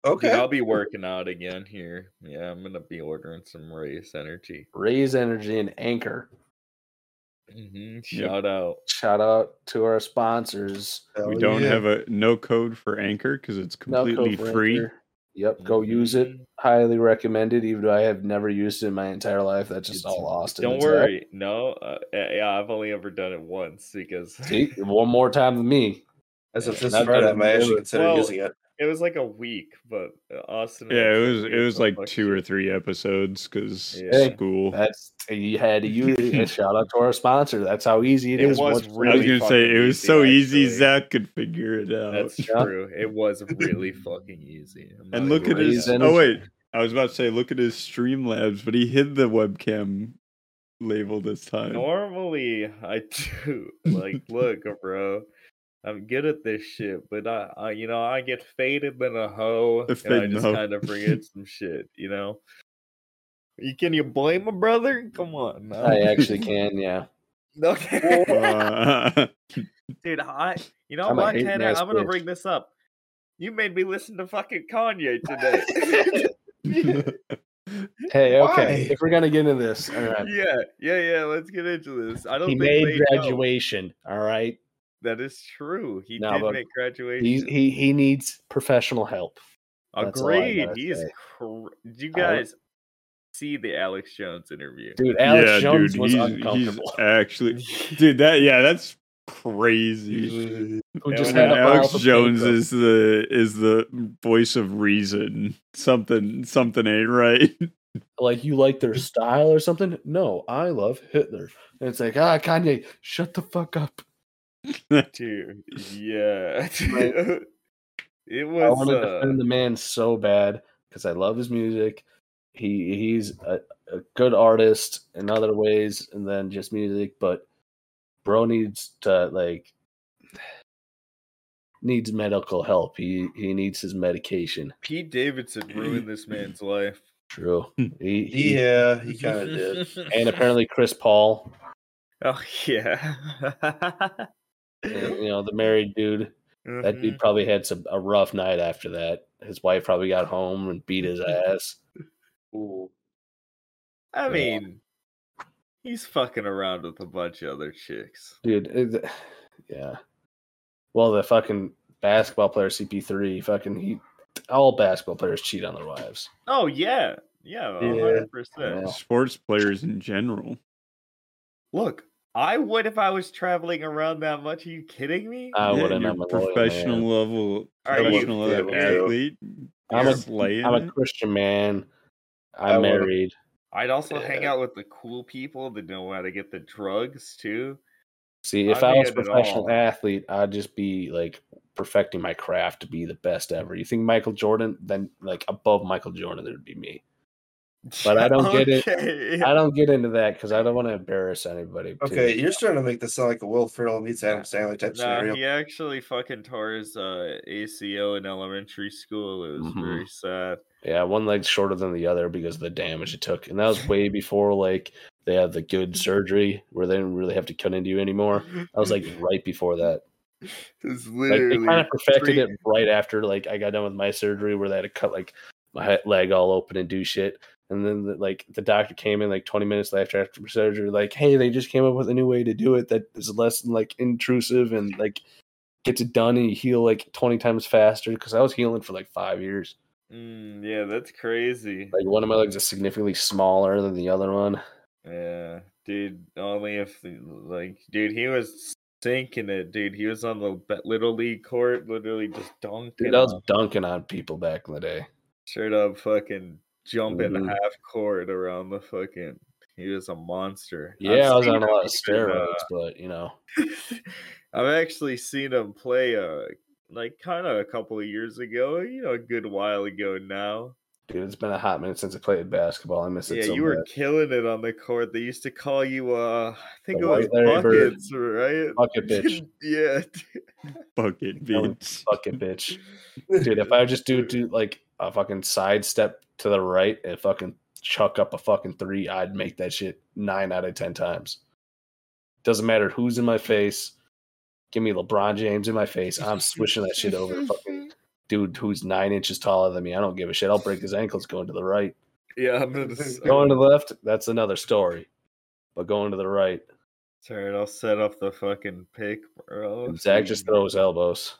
Speaker 2: Dude, I'll
Speaker 1: Okay.
Speaker 2: be working out again here. Yeah, I'm gonna be ordering some race energy.
Speaker 4: Raise energy and anchor.
Speaker 2: hmm Shout out.
Speaker 4: Shout out to our sponsors.
Speaker 3: We don't have a no code for Anchor because it's
Speaker 4: No code
Speaker 3: completely
Speaker 4: for
Speaker 3: free.
Speaker 4: Anchor. Yep, go use it.
Speaker 2: Mhm.
Speaker 4: Highly recommended. Even though I have never used it in my entire life, that's just
Speaker 2: It's-
Speaker 4: all Austin.
Speaker 2: Don't
Speaker 4: It's like,
Speaker 2: worry. No, uh, yeah, I've only ever done it once because
Speaker 4: See, one more time than me.
Speaker 1: As of
Speaker 2: Yeah,
Speaker 1: this
Speaker 4: not that
Speaker 1: Friday, I
Speaker 4: I'm
Speaker 1: might actually
Speaker 4: really-
Speaker 1: consider
Speaker 2: Well,
Speaker 1: using it.
Speaker 2: It was like a week, but uh, Austin. and I
Speaker 3: Yeah, it
Speaker 2: tried
Speaker 3: was
Speaker 2: to
Speaker 3: it
Speaker 2: get
Speaker 3: was
Speaker 2: some
Speaker 3: like
Speaker 2: fuck
Speaker 3: two or
Speaker 2: shit.
Speaker 3: three episodes because
Speaker 2: Yeah.
Speaker 3: school.
Speaker 4: That's you had to use a shout out to our sponsor. That's how easy
Speaker 2: It was
Speaker 4: is. Once-
Speaker 3: I was
Speaker 2: really
Speaker 3: gonna say it
Speaker 2: fucking
Speaker 3: was
Speaker 2: easy,
Speaker 3: so easy
Speaker 2: actually.
Speaker 3: Zach could figure it out.
Speaker 2: That's
Speaker 4: Yeah.
Speaker 2: true. It was really fucking easy. I'm not
Speaker 3: and look
Speaker 2: even
Speaker 3: at
Speaker 2: gonna
Speaker 3: his.
Speaker 2: lie.
Speaker 4: Reason.
Speaker 3: Oh wait, I was about to say look at his Streamlabs, but he hid the webcam label this time.
Speaker 2: Normally, I do. Like, look, bro, I'm good at this shit, but I, I you know, I get faded than a hoe, and
Speaker 3: A
Speaker 2: I
Speaker 3: faded
Speaker 2: just
Speaker 3: hoe.
Speaker 2: kind of forget some shit, you know. You, can you blame a brother? Come on, no.
Speaker 4: I actually can. Yeah,
Speaker 2: okay,
Speaker 3: Uh,
Speaker 2: dude. I, you know
Speaker 4: I'm a
Speaker 2: what,
Speaker 4: hating
Speaker 2: Tanner?
Speaker 4: ass
Speaker 2: I'm gonna
Speaker 4: bitch.
Speaker 2: bring this up. You made me listen to fucking Kanye today.
Speaker 4: Hey, okay.
Speaker 1: Why?
Speaker 4: If we're gonna get into this, all right.
Speaker 2: yeah, yeah, yeah. Let's get into this. I don't
Speaker 4: He
Speaker 2: think they
Speaker 4: made
Speaker 2: know.
Speaker 4: graduation. All right.
Speaker 2: That is true. He
Speaker 4: No,
Speaker 2: did
Speaker 4: but
Speaker 2: make graduation.
Speaker 4: He he he needs professional help. That's all I
Speaker 2: Agreed.
Speaker 4: gotta
Speaker 2: He's.
Speaker 4: say.
Speaker 2: Cr- Did you
Speaker 4: I-
Speaker 2: guys see the Alex Jones interview?
Speaker 4: Dude, Alex
Speaker 3: yeah,
Speaker 4: Jones
Speaker 3: dude,
Speaker 4: was
Speaker 3: he's, he's
Speaker 4: uncomfortable.
Speaker 3: actually dude. That yeah, that's crazy.
Speaker 4: Who
Speaker 2: Yeah,
Speaker 4: just
Speaker 3: And
Speaker 4: had
Speaker 2: when
Speaker 4: a file
Speaker 3: Alex
Speaker 4: for
Speaker 3: Jones
Speaker 4: paper.
Speaker 3: is the is the voice of reason. Something something ain't right.
Speaker 4: like you like their style or something. No, I love Hitler. And it's like, ah, Kanye, shut the fuck up.
Speaker 2: Dude, yeah.
Speaker 4: Right.
Speaker 2: it
Speaker 4: I
Speaker 2: was.
Speaker 4: want to
Speaker 2: Uh,
Speaker 4: defend the man so bad because I love his music. He he's a, a good artist in other ways, and then just music. But bro needs to like needs medical help. He he needs his medication.
Speaker 2: Pete Davidson ruined this man's life.
Speaker 4: True. He, he
Speaker 1: Yeah, he kind of did.
Speaker 4: and apparently Chris Paul,
Speaker 2: Oh yeah.
Speaker 4: you know, the married dude.
Speaker 2: Mm-hmm.
Speaker 4: That dude probably had some a rough night after that. His wife probably got home and beat his ass.
Speaker 1: Ooh.
Speaker 2: I mean, he's fucking around with a bunch of other chicks.
Speaker 4: Dude, it- yeah. Well, the fucking basketball player CP3, fucking he, all basketball players cheat on their wives.
Speaker 2: Oh yeah, yeah, a
Speaker 1: Yeah.
Speaker 2: hundred percent.
Speaker 4: Yeah.
Speaker 3: Sports players in general.
Speaker 2: Look, I would if I was traveling around that much. Are you kidding me?
Speaker 4: I
Speaker 3: Yeah,
Speaker 4: wouldn't.
Speaker 3: your
Speaker 4: I'm a loyal
Speaker 3: professional
Speaker 4: man.
Speaker 3: level
Speaker 2: Are you
Speaker 3: professional level
Speaker 1: kidding
Speaker 3: athlete.
Speaker 4: I'm a-
Speaker 3: slaying
Speaker 4: I'm
Speaker 3: it.
Speaker 4: a Christian man.
Speaker 1: I
Speaker 4: I'm
Speaker 1: would've-
Speaker 4: married.
Speaker 2: I'd also hang
Speaker 1: Yeah.
Speaker 2: out with the cool people that know how to get the drugs too.
Speaker 4: See, if
Speaker 2: I
Speaker 4: I, was a
Speaker 2: mean it all.
Speaker 4: professional athlete, I'd just be like perfecting my craft to be the best ever. You think Michael Jordan, then like above Michael Jordan, there'd be me. But I don't get it.
Speaker 2: it.
Speaker 4: I don't get into that because I don't want to embarrass anybody. too.
Speaker 1: Okay, you're starting to make this sound like a Will Ferrell meets Adam Sandler type
Speaker 2: No,
Speaker 1: scenario.
Speaker 2: he actually fucking tore his uh, ACL in elementary school. It was
Speaker 4: Mhm.
Speaker 2: very sad.
Speaker 4: Yeah, one leg's shorter than the other because of the damage it took. And that was way before like they had the good surgery where they didn't really have to cut into you anymore. I was like right before that.
Speaker 2: it's
Speaker 4: Like they
Speaker 2: literally
Speaker 4: kind of perfected
Speaker 2: three-
Speaker 4: it right after like I got done with my surgery where they had to cut like my he- leg all open and do shit. And then the, like the doctor came in like 20 minutes after after surgery, like, hey, they just came up with a new way to do it that is less like intrusive and like gets it done and you heal like 20 times faster. Because I was healing for like five years.
Speaker 2: Mm, yeah, that's crazy.
Speaker 4: Like one of my legs is significantly smaller than the other one.
Speaker 2: Yeah, dude. Only if the- like, dude, he was sinking it, dude. He was on the be- little league court, literally just dunking.
Speaker 4: Dude, I was
Speaker 2: on-
Speaker 4: dunking on people back in the day.
Speaker 2: straight up fucking jumping
Speaker 4: Mhm.
Speaker 2: half court around the fucking. He was a monster. I've
Speaker 4: Yeah, i was
Speaker 2: seen
Speaker 4: on a
Speaker 2: him
Speaker 4: lot of
Speaker 2: even, uh,
Speaker 4: steroids, but you know,
Speaker 2: I've actually seen him play uh like kind of a couple of years ago, you know, a good while ago now.
Speaker 4: dude, it's been a hot minute since I played basketball. I miss it
Speaker 2: yeah,
Speaker 4: so
Speaker 2: you were killing it on the court. They used to call you uh I think
Speaker 4: The
Speaker 2: it was
Speaker 4: White Larry Bird.
Speaker 2: buckets, right?
Speaker 4: bad. Fuck it, bitch.
Speaker 2: yeah.
Speaker 3: Bucket
Speaker 4: That was-
Speaker 3: beats.
Speaker 4: Fuck it, bitch. Dude, if I just do, do like a fucking sidestep to the right and fucking chuck up a fucking three, I'd make that shit nine out of 10 times. Doesn't matter who's in my face. Give me LeBron James in my face. I'm swishing that shit over to fucking dude who's nine inches taller than me. I don't give a shit. I'll break his ankles going to the right.
Speaker 2: Yeah, I'm gonna s-
Speaker 4: Going to the left, that's another story. But going to the right,
Speaker 2: Sorry, I'll set up the fucking pick, bro.
Speaker 4: and Zach just
Speaker 2: Dude,
Speaker 4: throws elbows.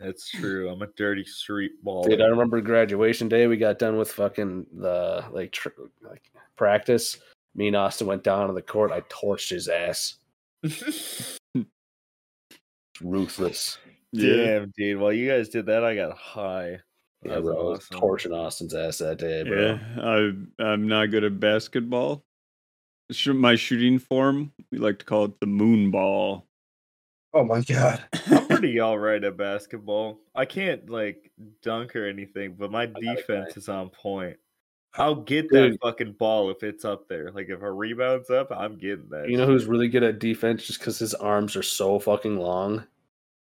Speaker 2: That's true. I'm a dirty street ball.
Speaker 4: Dude, I remember graduation day. We got done with fucking the like, tr- like practice. Me and Austin went down to the court. I torched his ass. Ruthless.
Speaker 2: Damn, dude. While you guys did that, I got high.
Speaker 4: Yeah,
Speaker 2: That's
Speaker 4: bro, I was
Speaker 2: awesome.
Speaker 4: torching Austin's ass that day, bro.
Speaker 3: Yeah, I I'm not good at basketball. Sh- My shooting form, we like to call it the moon ball.
Speaker 1: Oh my god.
Speaker 2: I'm pretty all right at basketball. I can't like dunk or anything, but my
Speaker 4: got it,
Speaker 2: defense is on point. I'll get
Speaker 4: Dude.
Speaker 2: that fucking ball if it's up there. Like if a rebound's up, I'm getting that.
Speaker 4: You know
Speaker 2: shit.
Speaker 4: who's really good at defense just because his arms are so fucking long?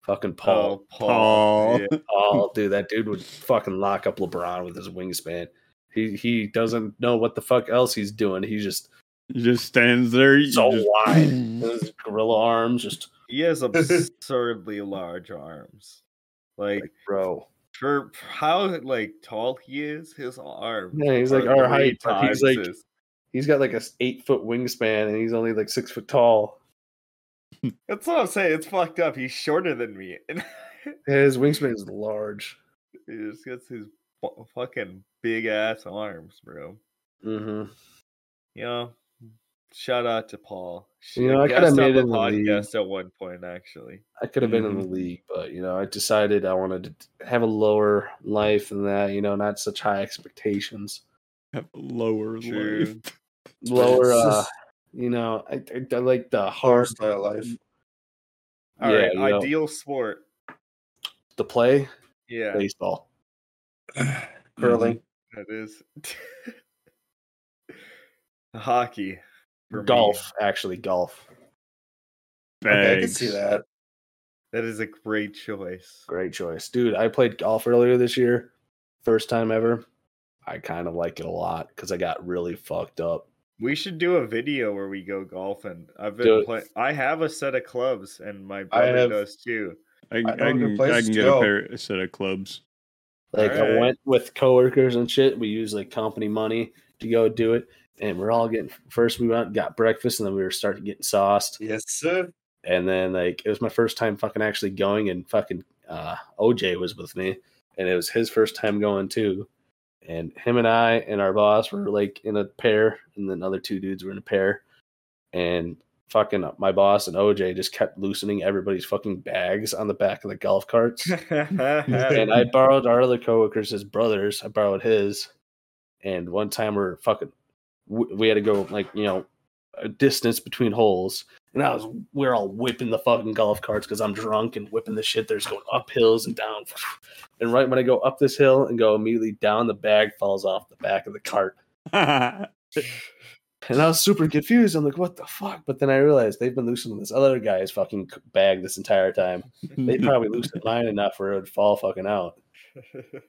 Speaker 4: Fucking Paul.
Speaker 2: Oh, Paul? Paul.
Speaker 3: Paul.
Speaker 2: Yeah.
Speaker 4: Oh, dude, that dude would fucking lock up LeBron with his wingspan. He he doesn't know what the fuck else he's doing. He just
Speaker 3: He just stands there. you
Speaker 4: So
Speaker 3: just-
Speaker 4: wide. his gorilla arms, just
Speaker 2: He has absurdly large arms. Like
Speaker 4: like, bro.
Speaker 2: for how like tall he is, his arms.
Speaker 4: Yeah, he's like
Speaker 2: are
Speaker 4: our
Speaker 2: three
Speaker 4: height. but He's
Speaker 2: times
Speaker 4: like
Speaker 2: his.
Speaker 4: he's got like a s- eight foot wingspan, and he's only like six foot tall.
Speaker 2: That's what I'm saying. It's fucked up. He's shorter than me. And
Speaker 4: Yeah, his wingspan is large.
Speaker 2: he just gets his bu- fucking big ass arms, bro.
Speaker 4: hmm
Speaker 2: You know, shout out to Paul.
Speaker 4: You know, I
Speaker 2: Guest
Speaker 4: coulda
Speaker 2: on
Speaker 4: made
Speaker 2: the
Speaker 4: it in the league.
Speaker 2: podcast at one point, actually.
Speaker 4: I could have been in the league, but you know, I decided I wanted to have a lower life than that. You know, not such high expectations.
Speaker 3: have a lower
Speaker 2: True.
Speaker 3: life.
Speaker 4: Lower,
Speaker 1: It's
Speaker 4: uh,
Speaker 1: just
Speaker 4: you know, I, I, I like the hard
Speaker 1: Hardstyle life.
Speaker 2: All
Speaker 4: Yeah,
Speaker 2: right,
Speaker 4: you know.
Speaker 2: ideal sport.
Speaker 4: to play
Speaker 2: Yeah,
Speaker 4: baseball.
Speaker 1: Curling.
Speaker 2: that is hockey. for me.
Speaker 4: golf, actually, golf.
Speaker 1: Okay, I can see
Speaker 3: Bags.
Speaker 1: that.
Speaker 2: That is a great choice.
Speaker 4: Great choice. Dude, I played golf earlier this year. First time ever. I kind of like it a lot because I got really fucked up.
Speaker 2: We should do a video where we go golfing. I've
Speaker 4: Do
Speaker 2: been
Speaker 4: it.
Speaker 2: playing. I have a set of clubs, and my brother
Speaker 1: have-
Speaker 2: does too.
Speaker 3: I, I,
Speaker 1: don't know
Speaker 3: can,
Speaker 1: places
Speaker 3: I can
Speaker 1: to
Speaker 3: get
Speaker 1: go.
Speaker 3: a pair a set of clubs.
Speaker 4: Like I
Speaker 2: Alright.
Speaker 4: went with coworkers and shit. We used like company money to go do it, and we're all getting. First, we went and got breakfast, and then we were starting getting sauced.
Speaker 1: Yes, sir.
Speaker 4: And then like it was my first time fucking actually going, and fucking uh, OJ was with me, and it was his first time going too. And him and I and our boss were like in a pair, and then other two dudes were in a pair, and fucking my boss and OJ just kept loosening everybody's fucking bags on the back of the golf carts and I borrowed our other coworkers, his brother's. I borrowed his, and one time we're fucking, w- we had to go like you know, a distance between holes, and I was we're all whipping the fucking golf carts because I'm drunk and whipping the shit. There's going up hills and down, and right when I go up this hill and go immediately down, the bag falls off the back of the cart, and I was super confused. I'm like, what the fuck? But then I realized they've been loosening this other guy's fucking c- bag this entire time. They probably loosened mine enough where it would fall fucking out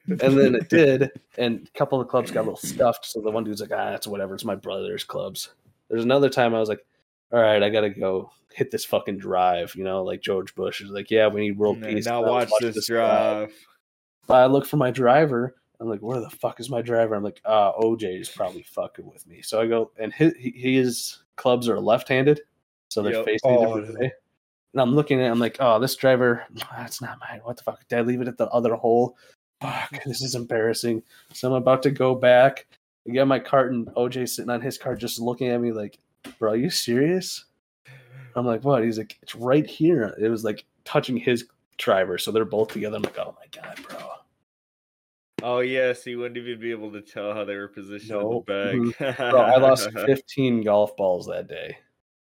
Speaker 4: and then it did, and a couple of the clubs got a little stuffed. So the one dude's like, ah, it's whatever. It's my brother's clubs. There's another time I was like, all right, I gotta go hit this fucking drive. You know, like George Bush is like, yeah, we need world
Speaker 2: And
Speaker 4: peace.
Speaker 2: now
Speaker 4: and I was
Speaker 2: watch
Speaker 4: watching
Speaker 2: this drive.
Speaker 4: But I look for my driver. I'm like, where the fuck is my driver? I'm like, uh, OJ is probably fucking with me. So I go, and his, his clubs are left-handed, so they're
Speaker 2: Yep.
Speaker 4: facing
Speaker 1: Oh,
Speaker 4: a different way. And I'm looking at, it, I'm like, oh, this driver, that's not mine. What the fuck? Did I leave it at the other hole? Fuck, this is embarrassing. So I'm about to go back. I get my cart, and OJ sitting on his cart, just looking at me like, bro, are you serious? I'm like, what? He's like, it's right here. It was like touching his driver, so they're both together. I'm like, oh my god, bro.
Speaker 2: Oh yes, you wouldn't even be able to tell how they were positioned
Speaker 4: Nope. Mm-hmm.
Speaker 2: in the bag.
Speaker 4: Bro, I lost 15 golf balls that day.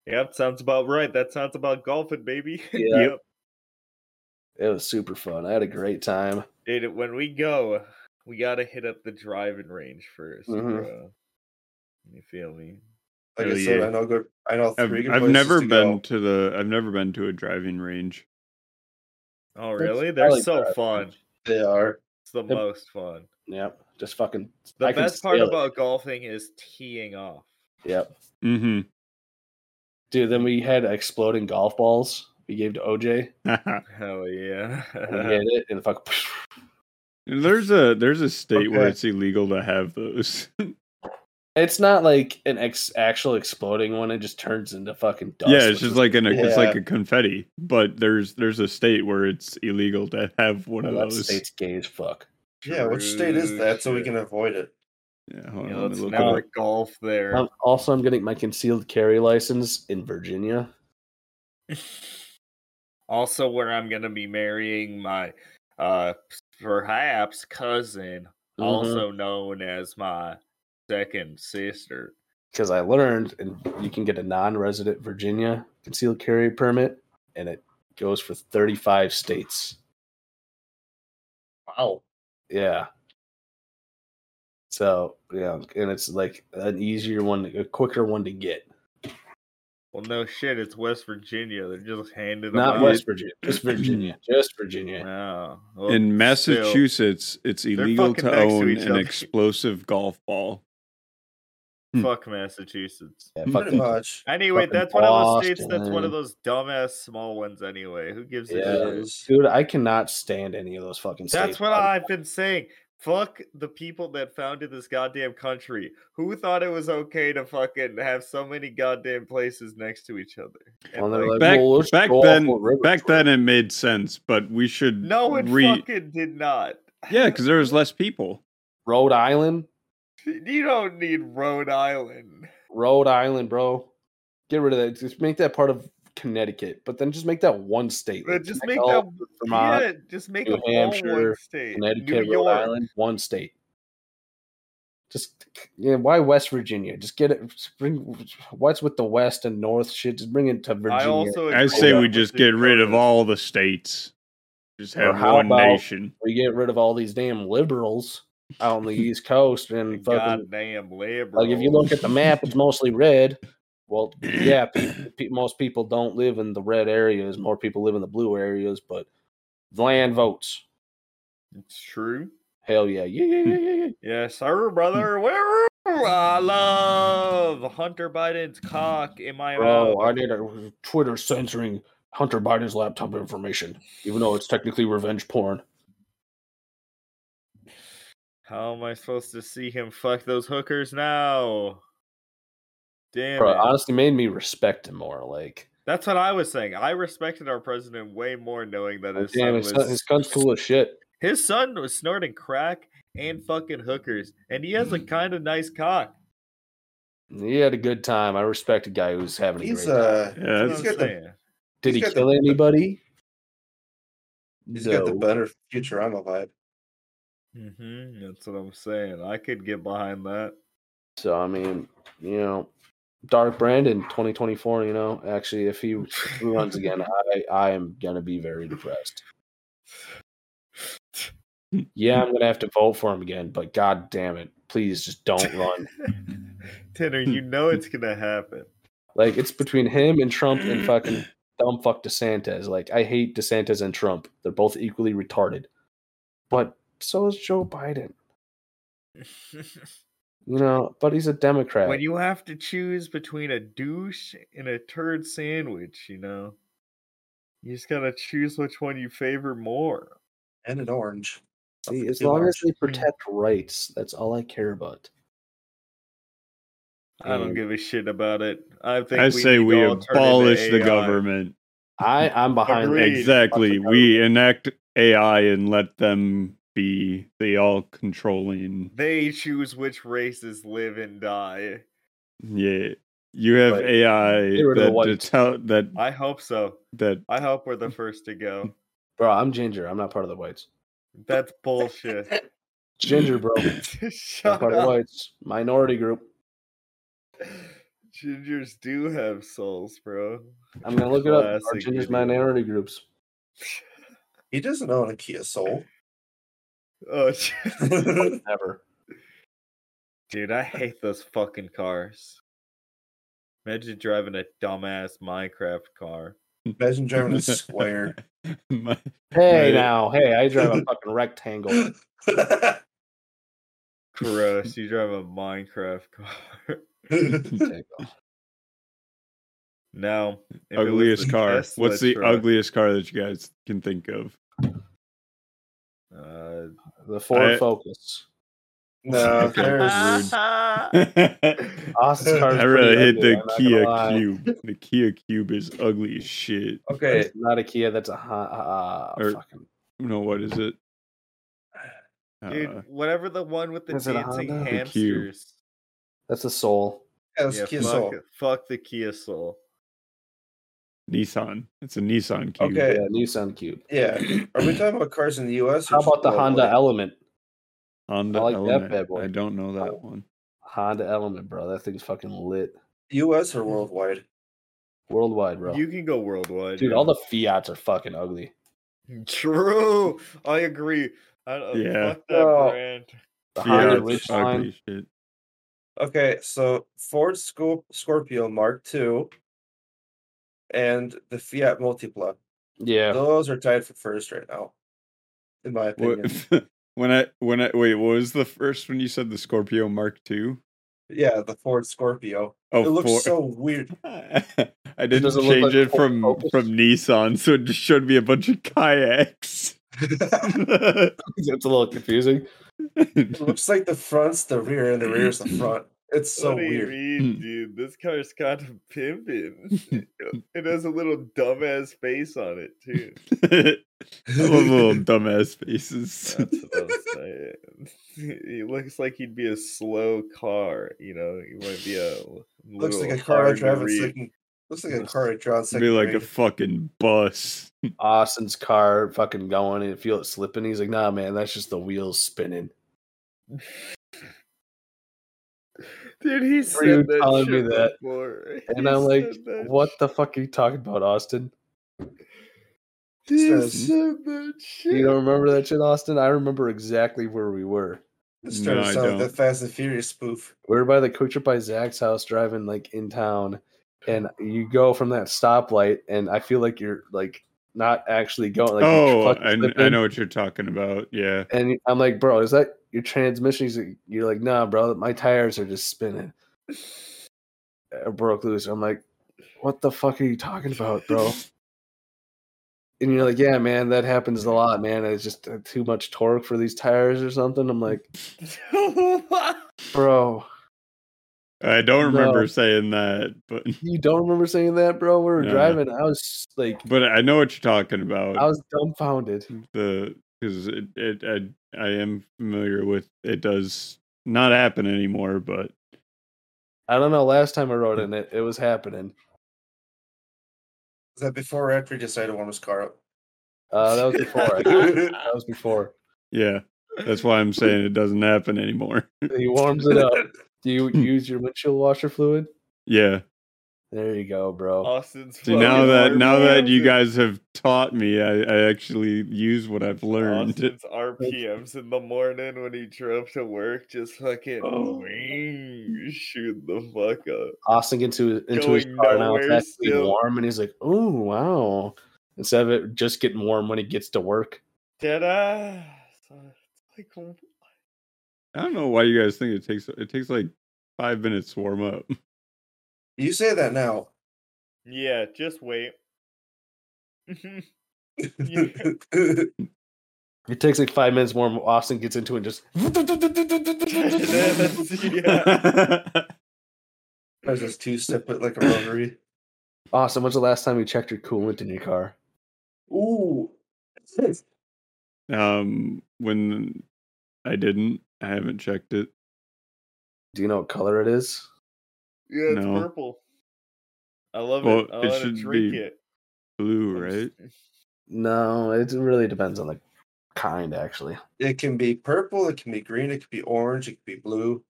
Speaker 2: Yep, sounds about right. That sounds about golfing, baby.
Speaker 4: Yeah. It was super fun. I had a great time.
Speaker 2: Dude, when we go, we gotta hit up the driving range 1st
Speaker 4: Mhm.
Speaker 2: bro. You feel me?
Speaker 1: Like
Speaker 3: Hell
Speaker 1: I said,
Speaker 3: yeah.
Speaker 1: I know good. I know
Speaker 3: I've,
Speaker 1: three good
Speaker 3: I've
Speaker 1: places
Speaker 3: never
Speaker 1: to
Speaker 3: been
Speaker 1: go.
Speaker 3: to the. I've never been to a driving range.
Speaker 2: Oh
Speaker 4: That's
Speaker 2: really?
Speaker 4: I
Speaker 2: They're
Speaker 4: like
Speaker 2: so
Speaker 4: driving
Speaker 2: fun.
Speaker 4: range.
Speaker 1: They are.
Speaker 2: It's the
Speaker 4: Yep.
Speaker 2: most fun.
Speaker 4: Yep. Just fucking.
Speaker 2: The
Speaker 4: I can
Speaker 2: best part
Speaker 4: feel it.
Speaker 2: about golfing is teeing off.
Speaker 4: Yep.
Speaker 3: Mm-hmm.
Speaker 4: Dude, then we had exploding golf balls we gave to OJ.
Speaker 2: Hell yeah.
Speaker 4: And
Speaker 3: Uh-huh.
Speaker 4: he hit it and the fuck.
Speaker 3: there's a there's a state where
Speaker 1: Okay.
Speaker 3: it's illegal to have those.
Speaker 4: It's not like an ex- actual exploding one. It just turns into fucking dust.
Speaker 3: yeah, it's
Speaker 4: which
Speaker 3: just
Speaker 4: is-
Speaker 3: like an it's like
Speaker 1: Yeah.
Speaker 3: a confetti, but there's there's a state where it's illegal to have one
Speaker 4: Oh,
Speaker 3: of
Speaker 4: that
Speaker 3: those.
Speaker 4: state's gay as fuck.
Speaker 1: Yeah, which state is
Speaker 2: True
Speaker 1: that? So we
Speaker 2: shit.
Speaker 1: can avoid it.
Speaker 3: Yeah, hold
Speaker 2: Yeah,
Speaker 3: on, let me
Speaker 2: let's
Speaker 3: look
Speaker 2: never
Speaker 3: it up.
Speaker 2: golf there.
Speaker 4: Um, also, I'm getting my concealed carry license in Virginia.
Speaker 2: Also, where I'm gonna be marrying my uh perhaps cousin,
Speaker 4: Mhm.
Speaker 2: also known as my second sister.
Speaker 4: because I learned, and you can get a non-resident Virginia concealed carry permit, and it goes for 35 states.
Speaker 1: Wow.
Speaker 4: Yeah. So yeah, and it's like an easier one, a quicker one to get.
Speaker 2: Well, no shit, it's West Virginia. They're just handing them
Speaker 4: Not
Speaker 2: out.
Speaker 4: West Virginia, just Virginia, just Virginia.
Speaker 2: Wow. Oh, Well,
Speaker 3: In
Speaker 2: still,
Speaker 3: Massachusetts, it's illegal
Speaker 2: fucking
Speaker 3: to
Speaker 2: next to
Speaker 3: own
Speaker 2: each
Speaker 3: an
Speaker 2: other.
Speaker 3: explosive golf ball.
Speaker 2: fuck Massachusetts.
Speaker 4: Yeah, fuck
Speaker 1: Pretty
Speaker 4: that.
Speaker 1: much.
Speaker 2: Anyway,
Speaker 4: Fucking
Speaker 2: that's one of those states. That's one
Speaker 4: Boston.
Speaker 2: of those dumbass small ones. Anyway, who gives
Speaker 1: It
Speaker 2: a
Speaker 4: Yeah.
Speaker 2: shit?
Speaker 1: is.
Speaker 4: dude. I cannot stand any of those fucking.
Speaker 2: That's
Speaker 4: states.
Speaker 2: what I've been saying. Fuck the people that founded this goddamn country. Who thought it was okay to fucking have so many goddamn places next to each other? And,
Speaker 4: Well, they're
Speaker 2: like,
Speaker 4: like,
Speaker 3: Back,
Speaker 4: well, let's
Speaker 3: back
Speaker 4: go off
Speaker 3: then,
Speaker 4: what river
Speaker 3: back
Speaker 4: we're
Speaker 3: then it made sense, but we should
Speaker 2: no, it
Speaker 3: re-
Speaker 2: fucking did not.
Speaker 3: yeah, because there was less people.
Speaker 4: Rhode Island,
Speaker 2: you don't need Rhode Island.
Speaker 4: Rhode Island, bro. Get rid of that. Just make that part of Connecticut, but then just make that one state.
Speaker 2: But
Speaker 4: like oh,
Speaker 2: just make
Speaker 4: Connecticut,
Speaker 2: that
Speaker 4: Vermont,
Speaker 2: yeah, just make
Speaker 4: New
Speaker 2: them all one
Speaker 4: Hampshire,
Speaker 2: state.
Speaker 4: Connecticut,
Speaker 2: New
Speaker 4: Rhode
Speaker 2: York.
Speaker 4: Island, one state. Just yeah, why West Virginia? Just get it. just Bring what's with the West and North shit. Just bring it to Virginia.
Speaker 2: I also
Speaker 3: I
Speaker 2: agree
Speaker 3: say
Speaker 2: with
Speaker 3: we
Speaker 2: North
Speaker 3: just get rid of
Speaker 2: Dakota.
Speaker 3: all the states. Just
Speaker 4: Or
Speaker 3: have
Speaker 4: how
Speaker 3: one
Speaker 4: about-
Speaker 3: nation.
Speaker 4: we get rid of all these damn liberals out on the East Coast and fucking
Speaker 2: goddamn liberal.
Speaker 4: Like if you look at the map, it's mostly red. Well, yeah, pe- pe- most people don't live in the red areas. More people live in the blue areas. But land votes.
Speaker 2: it's true.
Speaker 4: Hell yeah, yeah, yeah, yeah, yeah. yeah.
Speaker 2: Yes, sir, brother. Where I love Hunter Biden's cock in my mouth.
Speaker 4: Bro, I need a Twitter censoring Hunter Biden's laptop information, even though it's technically revenge porn.
Speaker 2: How am I supposed to see him fuck those hookers now? Damn
Speaker 4: Bro,
Speaker 2: it.
Speaker 4: honestly, made me respect him more. Like,
Speaker 2: That's what I was saying. I respected our president way more knowing that his
Speaker 4: Oh, damn,
Speaker 2: son
Speaker 4: his, son,
Speaker 2: was
Speaker 4: his cunt's cool as shit.
Speaker 2: his son was snorting crack and fucking hookers, and he has a kind of nice cock.
Speaker 4: He had a good time. I respect a guy who's having a
Speaker 1: He's
Speaker 4: great
Speaker 1: uh
Speaker 4: time.
Speaker 3: Yeah,
Speaker 2: That's
Speaker 3: that's-
Speaker 2: what I'm
Speaker 1: got the-
Speaker 2: saying.
Speaker 1: he's
Speaker 4: Did he
Speaker 1: got the-
Speaker 4: kill anybody?
Speaker 1: he's got the
Speaker 4: No.
Speaker 1: better Futurama vibe.
Speaker 2: hmm That's what I'm saying. I could get behind that.
Speaker 4: So I mean, you know, Dark Brandon 2024. You know, actually, if he runs again, I I am gonna be very depressed. Yeah, I'm gonna have to vote for him again. But god damn it, please just don't run.
Speaker 2: Tanner, you know it's gonna happen.
Speaker 4: Like it's between him and Trump and fucking dumb fuck DeSantis. Like I hate DeSantis and Trump. They're both equally retarded. But so is Joe Biden. You know, but he's a Democrat.
Speaker 2: when you have to choose between a douche and a turd sandwich, you know, you just gotta choose which one you favor more.
Speaker 1: And an orange.
Speaker 4: See, as
Speaker 1: Too
Speaker 4: long as
Speaker 1: large.
Speaker 4: they protect rights, that's all I care about.
Speaker 2: I don't
Speaker 4: Mm.
Speaker 2: give a shit about it. I think
Speaker 3: I say
Speaker 2: need
Speaker 3: we
Speaker 2: to all turn into
Speaker 3: abolish the
Speaker 2: AI.
Speaker 3: government.
Speaker 4: I I'm behind
Speaker 2: Agreed.
Speaker 4: that.
Speaker 3: Exactly.
Speaker 4: Fuck the
Speaker 3: We enact AI and let them be the all controlling.
Speaker 2: They choose which races live and die.
Speaker 3: Yeah. You have
Speaker 4: Right.
Speaker 3: AI
Speaker 4: Get rid of the
Speaker 3: that
Speaker 4: whites.
Speaker 3: detel- that
Speaker 2: I hope so.
Speaker 3: that
Speaker 2: I hope we're the first to go.
Speaker 4: bro. I'm ginger. I'm not part of the whites.
Speaker 2: That's bullshit.
Speaker 4: Ginger, bro. Not
Speaker 2: Shut
Speaker 4: part of the
Speaker 2: up.
Speaker 4: whites. Minority group.
Speaker 2: Gingers do have souls, bro.
Speaker 4: I'm gonna look it up. Are
Speaker 2: Classic
Speaker 4: gingers
Speaker 2: idiot.
Speaker 4: minority groups?
Speaker 1: He doesn't own a Kia Soul.
Speaker 2: Oh,
Speaker 4: Never.
Speaker 2: Dude, I hate those fucking cars. Imagine driving a dumbass Minecraft car.
Speaker 1: Imagine driving a square.
Speaker 3: My-
Speaker 4: Hey
Speaker 3: Right.
Speaker 4: now, hey, I drive a fucking rectangle.
Speaker 2: Gross, you drive a Minecraft car.
Speaker 4: Rectangle.
Speaker 2: No. if it was
Speaker 3: ugliest
Speaker 2: the
Speaker 3: car.
Speaker 2: Tesla
Speaker 3: What's the
Speaker 2: truck,
Speaker 3: ugliest car that you guys can think of?
Speaker 2: Uh,
Speaker 4: The Ford
Speaker 3: I-
Speaker 4: Focus.
Speaker 1: no,
Speaker 3: Okay.
Speaker 4: Uh,
Speaker 1: there's
Speaker 3: Uh-huh. I
Speaker 4: Austin's car. is
Speaker 3: really
Speaker 4: pretty
Speaker 3: hit
Speaker 4: ugly,
Speaker 3: the
Speaker 4: I'm not gonna
Speaker 3: Kia
Speaker 4: lie. Oh.
Speaker 3: Cube. The Kia Cube is ugly as shit.
Speaker 1: okay.
Speaker 4: That's not a Kia. That's a Hon- uh,
Speaker 3: Or-
Speaker 4: fucking.
Speaker 3: No, what is it?
Speaker 2: dude,
Speaker 3: Uh,
Speaker 2: whatever the one with the
Speaker 4: Is it a
Speaker 2: dancing
Speaker 4: Honda?
Speaker 3: The Cube.
Speaker 2: hamsters.
Speaker 4: That's a Soul.
Speaker 1: Yeah, that's
Speaker 2: Yeah,
Speaker 1: Kia
Speaker 2: fuck,
Speaker 1: Soul.
Speaker 2: it- fuck the Kia Soul.
Speaker 3: Nissan. It's a Nissan Cube.
Speaker 1: Okay.
Speaker 4: Yeah, Nissan Cube.
Speaker 1: Yeah. Are we talking about cars in the U.S.? or
Speaker 4: How
Speaker 1: just
Speaker 4: about the
Speaker 1: globally?
Speaker 4: Honda Element?
Speaker 3: Honda
Speaker 4: I like that
Speaker 3: Element.
Speaker 4: bad boy.
Speaker 3: I don't know that one.
Speaker 4: Honda Element, bro. That thing's fucking lit
Speaker 1: U.S. or worldwide?
Speaker 4: worldwide, bro.
Speaker 2: You can go worldwide,
Speaker 4: Dude,
Speaker 2: yeah.
Speaker 4: all the Fiats are fucking ugly.
Speaker 2: True. I agree. I don't,
Speaker 3: Yeah.
Speaker 2: Fuck that
Speaker 1: Oh.
Speaker 2: brand.
Speaker 4: The
Speaker 3: Yeah,
Speaker 4: Honda
Speaker 3: it's
Speaker 4: Ridgeline.
Speaker 3: ugly shit.
Speaker 1: Okay, so Ford Scorp- Scorpio Mark II and the Fiat Multipla.
Speaker 4: Yeah,
Speaker 1: Those are tied for first right now, in my opinion.
Speaker 3: What, when I when I wait, what was the first one you said? The Scorpio Mark II.
Speaker 1: Yeah, the Ford Scorpio.
Speaker 3: Oh,
Speaker 1: it looks
Speaker 3: Ford-
Speaker 1: so weird.
Speaker 3: I didn't
Speaker 4: doesn't look
Speaker 3: change
Speaker 4: like
Speaker 3: it
Speaker 4: Ford
Speaker 3: from
Speaker 4: Focus.
Speaker 3: from Nissan, so it just showed me a bunch of kayaks.
Speaker 1: it
Speaker 4: it's a little confusing.
Speaker 1: looks like the front's the rear and the rear's the front. It's so
Speaker 2: what do
Speaker 1: weird.
Speaker 2: you mean,
Speaker 3: Hmm.
Speaker 2: dude? This car's kind of pimping. it has a little dumbass face on it too.
Speaker 3: I love little dumbass faces.
Speaker 2: That's what I'm saying. He looks like he'd be a slow car. You know, he might be a
Speaker 1: Looks like a
Speaker 2: little
Speaker 1: car I
Speaker 2: hard to
Speaker 1: drive in
Speaker 2: read.
Speaker 1: second. Looks like a car I draw in second.
Speaker 3: be like a
Speaker 1: grade.
Speaker 3: fucking bus.
Speaker 4: Austin's car fucking going and feel it slipping. He's like, nah, man, that's just the wheels spinning.
Speaker 2: Dude, he said
Speaker 4: you
Speaker 2: that
Speaker 4: telling
Speaker 2: shit
Speaker 4: me that?
Speaker 2: before.
Speaker 4: And
Speaker 2: He
Speaker 4: I'm like,
Speaker 2: said that
Speaker 4: what the fuck are you talking about, Austin?
Speaker 2: shit. He
Speaker 1: says-
Speaker 2: said that shit.
Speaker 4: You don't remember that shit, Austin? I remember exactly where we were.
Speaker 1: This started
Speaker 3: No, I
Speaker 1: to sound like
Speaker 3: don't.
Speaker 1: the Fast and Furious spoof.
Speaker 4: We were by the quick trip by Zach's house driving like in town. And you go from that stoplight, and I feel like you're like not actually going. Like, you're
Speaker 3: oh,
Speaker 4: fucking
Speaker 3: I, I
Speaker 4: slipping.
Speaker 3: know what you're talking about. Yeah.
Speaker 4: And I'm like, bro, is that your transmission? He's like, you're like, nah, bro, my tires are just spinning. It broke loose. I'm like, what the fuck are you talking about, bro? And you're like, yeah, man, that happens a lot, man. It's just uh, too much torque for these tires or something. I'm like, bro,
Speaker 3: I don't
Speaker 4: No.
Speaker 3: remember saying that, but
Speaker 4: you don't remember saying that, bro? We were
Speaker 3: No.
Speaker 4: driving. I was like,
Speaker 3: but I know what you're talking about.
Speaker 4: I was dumbfounded.
Speaker 3: the because it, it I, I am familiar with it does not happen anymore, but
Speaker 4: I don't know. Last time I rode in it, it was happening.
Speaker 1: Is that before or after he decided to warm his car up?
Speaker 4: Uh, that was before. I think. that was before.
Speaker 3: yeah, that's why I'm saying it doesn't happen anymore.
Speaker 4: He warms it up. Do you use your windshield washer fluid?
Speaker 3: Yeah.
Speaker 4: There you go, bro.
Speaker 2: Austin's
Speaker 3: See now
Speaker 2: fucking
Speaker 3: that now that you
Speaker 2: RPMs
Speaker 3: guys have taught me, I, I actually use what I've learned.
Speaker 2: Austin's RPMs in the morning when he drove to work, just fucking
Speaker 3: Oh.
Speaker 2: wing, shoot the fuck up.
Speaker 4: Austin gets into, into his
Speaker 2: Going
Speaker 4: car now. It's
Speaker 2: nowhere
Speaker 4: actually
Speaker 2: still.
Speaker 4: warm, and he's like, "Oh wow!" Instead of it just getting warm when he gets to work.
Speaker 2: Ta-da! So it's like,
Speaker 3: I don't know why you guys think it takes it takes like five minutes to warm up.
Speaker 1: You say that now.
Speaker 2: yeah, just wait.
Speaker 4: It takes like five minutes warm. Austin gets into it and just
Speaker 2: Yeah.
Speaker 1: I was just two step it like a rotary.
Speaker 4: Austin. When's the last time you checked your coolant in your car?
Speaker 1: Ooh.
Speaker 3: um, when I didn't, I haven't checked it.
Speaker 4: Do you know what color it is?
Speaker 2: Yeah, it's
Speaker 3: No.
Speaker 2: purple. I love
Speaker 3: Well,
Speaker 2: it. I
Speaker 3: it
Speaker 2: want to
Speaker 3: should
Speaker 2: drink
Speaker 3: be
Speaker 2: it.
Speaker 3: Blue,
Speaker 2: I'm
Speaker 3: right?
Speaker 2: just-
Speaker 4: No, it really depends on the kind, actually.
Speaker 1: It can be purple, it can be green, it can be orange, it can be blue,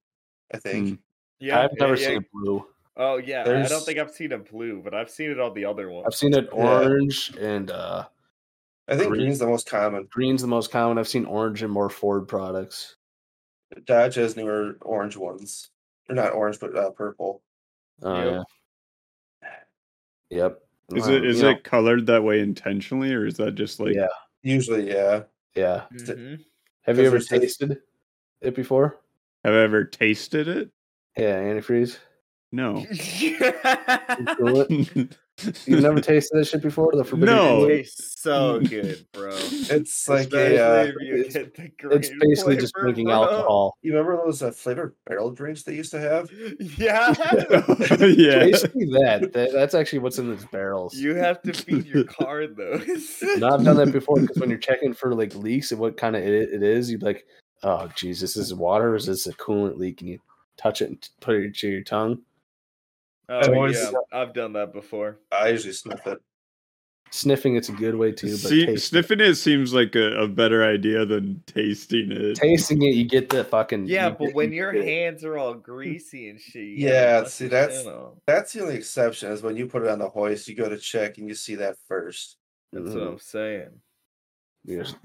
Speaker 1: I
Speaker 3: Hmm.
Speaker 1: think.
Speaker 2: Yeah,
Speaker 4: I've never
Speaker 2: yeah,
Speaker 4: seen
Speaker 2: yeah.
Speaker 4: it blue.
Speaker 2: Oh yeah, I don't
Speaker 1: There's-
Speaker 2: think I've seen a blue, but I've seen it on the other ones.
Speaker 4: I've seen it orange and uh,
Speaker 1: I think
Speaker 4: Green.
Speaker 1: green's the most common.
Speaker 4: green's the most common. I've seen orange in more Ford products.
Speaker 1: Dodge has newer orange ones. Or not orange, but uh, purple.
Speaker 4: Oh,
Speaker 2: Yep.
Speaker 4: yeah. Yep.
Speaker 3: Is
Speaker 4: Wow,
Speaker 3: it is
Speaker 4: you know,
Speaker 3: it colored that way intentionally, or is that just like
Speaker 4: Yeah.
Speaker 1: Usually, yeah.
Speaker 4: Yeah.
Speaker 2: Mhm.
Speaker 4: Have you
Speaker 1: Because
Speaker 4: ever
Speaker 1: there's this-
Speaker 4: tasted it before?
Speaker 3: have I ever tasted it?
Speaker 4: Yeah, antifreeze.
Speaker 3: No.
Speaker 4: and coolant? You've never tasted this shit before? The forbidden
Speaker 3: No.
Speaker 2: It
Speaker 4: fruit?
Speaker 2: tastes so good, bro.
Speaker 1: It's like
Speaker 2: Especially
Speaker 1: a. Uh,
Speaker 2: if you
Speaker 4: it's-
Speaker 2: get the
Speaker 4: It's
Speaker 2: green
Speaker 4: basically just
Speaker 2: flavor,
Speaker 4: drinking
Speaker 2: bro.
Speaker 4: alcohol.
Speaker 1: you remember those uh, flavored barrel drinks they used to have?
Speaker 2: Yeah,
Speaker 3: yeah.
Speaker 4: Basically, that, that- That's actually what's in these barrels.
Speaker 2: you have to feed your car though.
Speaker 4: No, I've done that before because when you're checking for like leaks and what kind of it, it is, you'd be like, oh, geez, this is water or is this a coolant leak? And you touch it and t- put it to your tongue.
Speaker 2: Oh,
Speaker 1: I've always-
Speaker 2: yeah, I've done that before.
Speaker 1: I usually sniff it.
Speaker 4: Sniffing it's a good way too, but
Speaker 3: See,
Speaker 4: taste-
Speaker 3: sniffing it seems like a, a better idea than tasting it.
Speaker 4: tasting it, you get the fucking
Speaker 2: Yeah,
Speaker 4: Mm, you
Speaker 2: but
Speaker 4: get-
Speaker 2: when
Speaker 4: you
Speaker 2: your
Speaker 4: get-
Speaker 2: hands are all greasy and shit. you gotta
Speaker 1: Yeah,
Speaker 2: wash
Speaker 1: see,
Speaker 2: your
Speaker 1: that's-
Speaker 2: shit off.
Speaker 1: That's the only exception is when you put it on the hoist, you go to check and you see that first.
Speaker 2: that's what I'm saying.
Speaker 4: you just,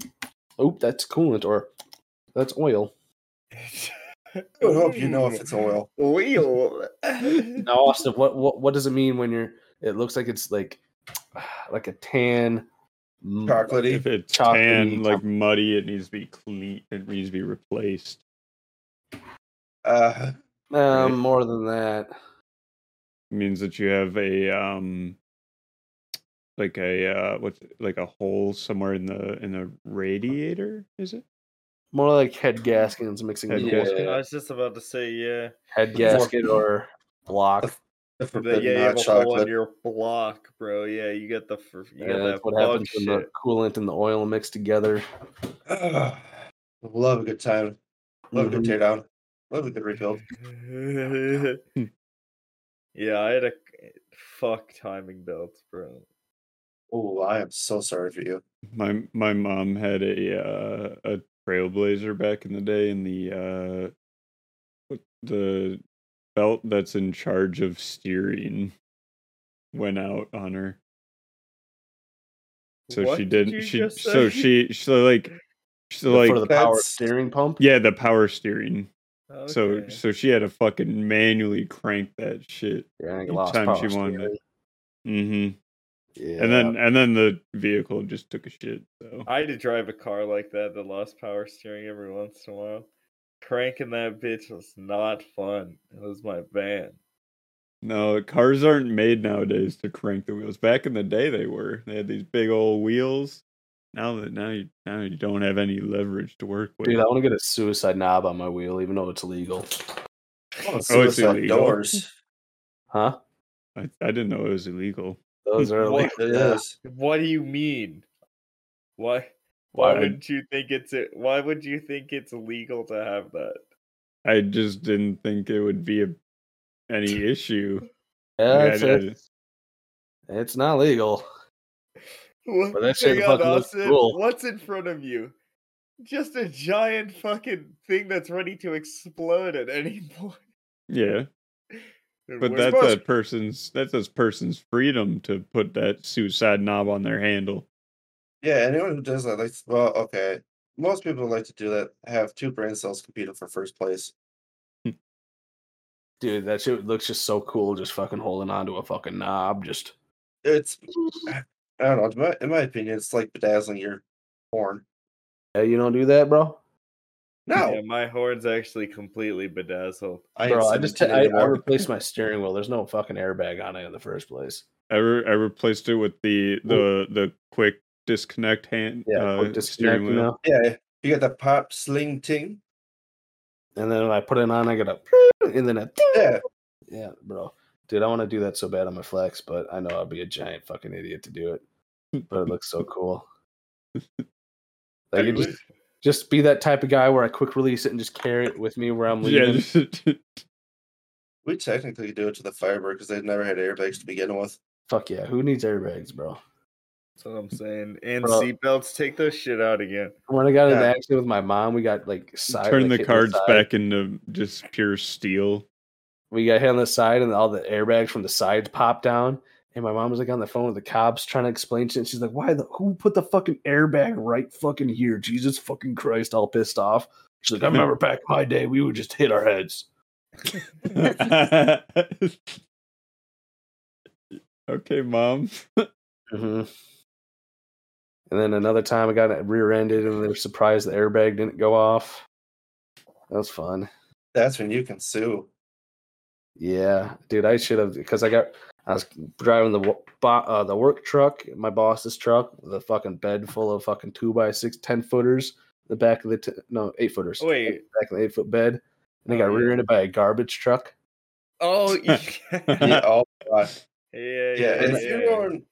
Speaker 4: oop, that's coolant or that's oil.
Speaker 1: I would hope you know if it's oil.
Speaker 2: Wheel.
Speaker 4: Now, Austin, what what what does it mean when you're? It looks like it's like like a tan mm,
Speaker 1: Chocolatey.
Speaker 3: If it's
Speaker 4: Chocolatey,
Speaker 3: tan, like
Speaker 4: chocolate-
Speaker 3: muddy, it needs to be clean. It needs to be replaced.
Speaker 1: Uh,
Speaker 4: Um,
Speaker 3: right?
Speaker 4: more than that.
Speaker 3: means that you have a um like a uh what's it- like a hole somewhere in the in the radiator is it
Speaker 4: More like head gaskets mixing
Speaker 3: Head
Speaker 4: with
Speaker 2: yeah,
Speaker 4: oil.
Speaker 3: gasket.
Speaker 2: I was just about to say, yeah.
Speaker 4: head gasket or block.
Speaker 1: the
Speaker 2: That,
Speaker 1: forbidden
Speaker 2: yeah, you
Speaker 1: hot
Speaker 2: have a hole in
Speaker 1: chocolate.
Speaker 2: your block, bro. Yeah, you got the fr- you got
Speaker 4: Yeah,
Speaker 2: that
Speaker 4: that's what
Speaker 2: fuck
Speaker 4: happens when the
Speaker 2: shit.
Speaker 4: coolant and the oil mix together.
Speaker 1: Ugh. love a good time. Love a
Speaker 2: Mm-hmm.
Speaker 4: Mhm.
Speaker 1: good teardown. Love a good rebuild.
Speaker 2: yeah, I had a fuck timing belts, bro.
Speaker 1: Oh, I am so sorry for you.
Speaker 3: my my mom had a uh a trailblazer back in the day and the uh what- the belt that's in charge of steering went out on her so
Speaker 2: What
Speaker 3: she
Speaker 2: did
Speaker 3: didn't
Speaker 2: you
Speaker 3: she
Speaker 2: just
Speaker 3: so
Speaker 2: say?
Speaker 3: she so like so
Speaker 4: But
Speaker 3: like
Speaker 4: for the power
Speaker 1: that's-
Speaker 4: steering pump.
Speaker 3: yeah the power steering So
Speaker 2: Okay.
Speaker 3: so she had to fucking manually crank that shit.
Speaker 4: Yeah,
Speaker 3: each
Speaker 4: you lost
Speaker 3: time
Speaker 4: power
Speaker 3: she wanted
Speaker 4: steering.
Speaker 3: hmm
Speaker 4: Yeah.
Speaker 3: And then and then the vehicle just took a shit. So
Speaker 2: I had to drive a car like that that lost power steering every once in a while. Cranking that bitch was not fun. It was my van.
Speaker 3: no, cars aren't made nowadays to crank the wheels. Back in the day, they were. They had these big old wheels. Now that now you now you don't have any leverage to work with.
Speaker 4: Dude, I want to get a suicide knob on my wheel, even though it's illegal.
Speaker 1: Oh,
Speaker 3: Oh, it's
Speaker 1: suicide
Speaker 3: illegal.
Speaker 1: doors.
Speaker 4: Huh?
Speaker 3: I, I didn't know it was illegal.
Speaker 4: Those are
Speaker 2: What
Speaker 4: like
Speaker 1: It
Speaker 4: yeah.
Speaker 1: is.
Speaker 2: What do you mean? Why? Why
Speaker 3: Why?
Speaker 2: wouldn't you think it's a, Why would you think it's legal to have that?
Speaker 3: I just didn't think it would be a, any issue.
Speaker 4: Yeah,
Speaker 3: Like, I-
Speaker 4: it's,
Speaker 3: I-
Speaker 4: it's, it's not legal.
Speaker 2: What,
Speaker 4: But that shit fucking looks cool.
Speaker 2: What's in front of you? Just a giant fucking thing that's ready to explode at any point.
Speaker 3: yeah,
Speaker 2: And
Speaker 3: but
Speaker 2: we're
Speaker 3: that's
Speaker 2: supposed-
Speaker 3: a person's that's a person's freedom to put that suicide knob on their handle.
Speaker 1: Yeah, anyone who does that, like, well, okay. Most people like to do that have two brain cells competing for first place.
Speaker 4: Dude, that shit looks just so cool, just fucking holding onto a fucking knob. Just
Speaker 1: It's, I don't know. In my, in my opinion, it's like bedazzling your horn.
Speaker 4: hey, you don't do that, bro.
Speaker 1: No,
Speaker 2: Yeah, my horn's actually completely bedazzled.
Speaker 1: I,
Speaker 4: bro,
Speaker 1: ain't
Speaker 4: I just
Speaker 1: 17
Speaker 4: I, I
Speaker 1: anymore.
Speaker 4: replaced my steering wheel. There's no fucking airbag on it in the first place.
Speaker 3: I re- I replaced it with the the the quick disconnect hand.
Speaker 4: Yeah,
Speaker 3: uh,
Speaker 4: quick disconnect,
Speaker 3: steering
Speaker 4: you
Speaker 3: wheel.
Speaker 4: know?
Speaker 1: yeah. You got that pop sling ting.
Speaker 4: And then when I put it on, I get a and then a
Speaker 1: Yeah,
Speaker 4: yeah, bro. Dude, I want to do that so bad on my flex, but I know I'd be a giant fucking idiot to do it. But it looks so cool. Like it just just be that type of guy where I quick release it and just carry it with me where I'm
Speaker 3: Yeah,
Speaker 4: leaving.
Speaker 3: just-
Speaker 1: we technically do it to the Firebird because they've never had airbags to begin with.
Speaker 4: Fuck yeah, who needs airbags, bro?
Speaker 2: That's what I'm saying. And
Speaker 4: Bro.
Speaker 2: seatbelts, take those shit out again.
Speaker 4: When I got in an
Speaker 1: Yeah.
Speaker 4: accident with my mom, we got like side
Speaker 3: turn
Speaker 4: like,
Speaker 3: the
Speaker 4: hit in
Speaker 3: cards
Speaker 4: side.
Speaker 3: back into just pure steel.
Speaker 4: We got hit on the side, and all the airbags from the sides popped down. And my mom was like on the phone with the cops trying to explain shit. And she's like, "Why the who put the fucking airbag right fucking here? Jesus fucking Christ!" All pissed off. She's like, "I remember back in my day, we would just hit our heads."
Speaker 3: okay, mom.
Speaker 4: hmm And then another time, I got rear-ended, and they were surprised the airbag didn't go off. That was fun.
Speaker 1: That's when you can sue.
Speaker 4: Yeah, dude, I should have because I got I was driving the wo- bo- uh, the work truck, my boss's truck, with a fucking bed full of fucking two by six ten footers, the back of the t- no eight footers,
Speaker 2: Wait.
Speaker 4: back of the eight foot bed, and I got
Speaker 2: Oh, yeah.
Speaker 4: rear-ended by a garbage truck.
Speaker 2: Oh, yeah.
Speaker 1: Yeah,
Speaker 2: yeah,
Speaker 1: oh, God.
Speaker 2: yeah,
Speaker 1: yeah. and if
Speaker 2: yeah.
Speaker 1: you're going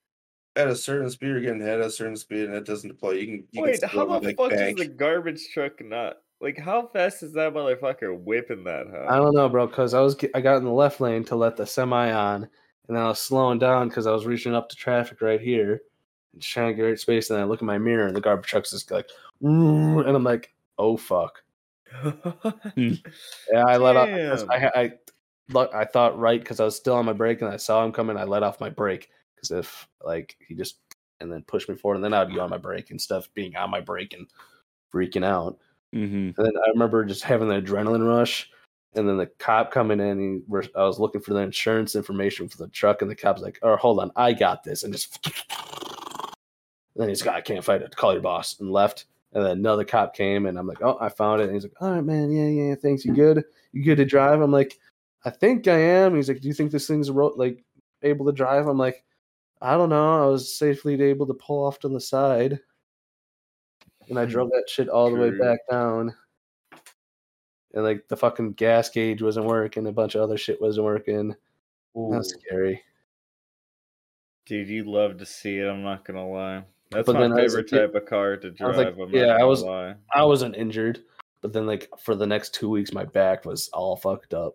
Speaker 1: at a certain speed, you're getting hit at a certain speed, and it doesn't deploy. You can. You
Speaker 2: Wait,
Speaker 1: can
Speaker 2: how
Speaker 1: still
Speaker 2: the
Speaker 1: make
Speaker 2: fuck
Speaker 1: bank.
Speaker 2: is the garbage truck not like? How fast is that motherfucker whipping that? Huh?
Speaker 4: I don't know, bro, because I was ge- I got in the left lane to let the semi on, and then I was slowing down because I was reaching up to traffic right here, just trying to get right space, and I look in my mirror, and the garbage truck's just like, "Mm," and I'm like, "Oh fuck!" Yeah, I let off.
Speaker 2: Damn.
Speaker 4: I, I look. I thought right because I was still on my break, and I saw him coming. I let off my break because if like he just and then pushed me forward, and then I'd be on my break and stuff, being on my break and freaking out.
Speaker 3: hmm
Speaker 4: And then I remember just having the adrenaline rush. And then the cop coming in, he, we're- I was looking for the insurance information for the truck, and the cop's like, "Oh, hold on, I got this," and just. And then he's like, "Ah, "I can't fight it. Call your boss," and left. And then another cop came, and I'm like, "Oh, I found it." And he's like, "All right, man, yeah, yeah, thanks. You good? You good to drive?" I'm like, "I think I am." He's like, "Do you think this thing's ro- like able to drive?" I'm like, "I don't know. I was safely able to pull off to the side." And I drove that shit all the way
Speaker 2: True.
Speaker 4: back down and like the fucking gas gauge wasn't working, a bunch of other shit wasn't working. That was scary.
Speaker 2: Dude, you love to see it. I'm not gonna lie. That's
Speaker 4: But
Speaker 2: my
Speaker 4: then I was
Speaker 2: favorite
Speaker 4: like, yeah-
Speaker 2: type of car to
Speaker 4: I was
Speaker 2: drive.
Speaker 4: like,
Speaker 2: I'm not
Speaker 4: yeah, I
Speaker 2: gonna
Speaker 4: was-
Speaker 2: lie.
Speaker 4: I wasn't injured, but then like for the next two weeks, my back was all fucked up.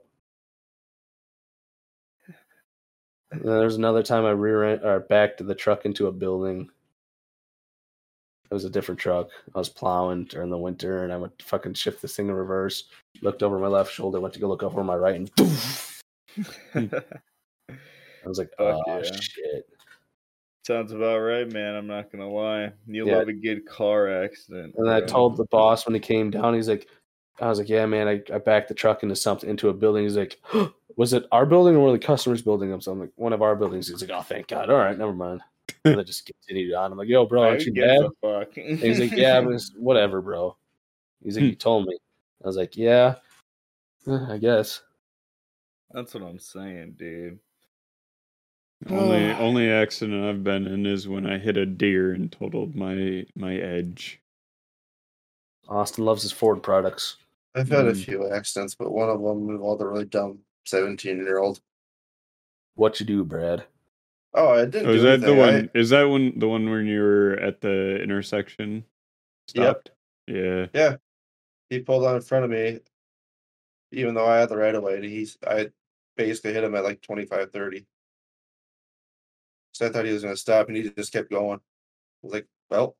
Speaker 4: And then there's another time I rear end or backed the truck into a building. It was a different truck. I was plowing during the winter, and I went to fucking shift this thing in reverse. Looked over my left shoulder, went to go look over my right, and Hmm. I was like, "Oh
Speaker 2: Fuck yeah.
Speaker 4: shit!"
Speaker 2: Sounds about right, man. I'm not gonna lie. You
Speaker 4: Yeah.
Speaker 2: love a good car accident.
Speaker 4: And then I
Speaker 2: bro.
Speaker 4: told the boss when he came down, he's like, I was like, yeah, man, I, I backed the truck into something, into a building. He's like, was it our building or one of the customers' building? I'm, so I'm like, one of our buildings. He's like, oh, thank God. All right, never mind. And I just continued on. I'm like, yo, bro,
Speaker 2: I
Speaker 4: aren't
Speaker 2: would
Speaker 4: you
Speaker 2: give
Speaker 4: mad?
Speaker 2: a fuck.
Speaker 4: And he's like, yeah, but it's whatever, bro. He's like, you told me. I was like, yeah, eh, I guess.
Speaker 2: That's what I'm saying, dude.
Speaker 3: Only
Speaker 4: Ah.
Speaker 3: only accident I've been in is when I hit a deer and totaled my my edge.
Speaker 4: Austin loves his Ford products.
Speaker 1: I've had a
Speaker 3: Mm.
Speaker 1: few accidents, but one of them involved a really dumb 17 year old.
Speaker 4: What you do, Brad?
Speaker 1: Oh, I didn't.
Speaker 3: Oh,
Speaker 1: do
Speaker 3: is that the
Speaker 1: anything. I-
Speaker 3: one? Is that one the one when you were at the intersection? Stopped. Yeah.
Speaker 1: he pulled out in front of me, even though I had the right of way. and He's I basically hit him at like 25, 30. So I thought he was going to stop, and he just kept going. I was like, well,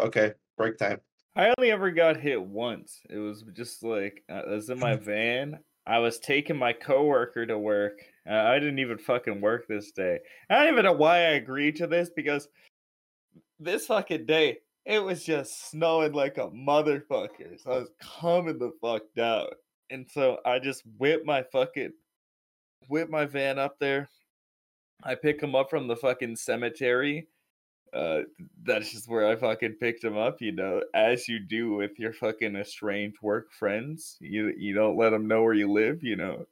Speaker 1: okay, break time.
Speaker 2: I only ever got hit once. It was just like I was in my van. I was taking my coworker to work. Uh, I didn't even fucking work this day. I don't even know why I agreed to this because this fucking day it was just snowing like a motherfucker. So I was coming the fuck down, and so I just whipped my fucking whipped my van up there. I pick him up from the fucking cemetery uh that's just where i fucking picked him up you know as you do with your fucking estranged work friends you you don't let them know where you live you know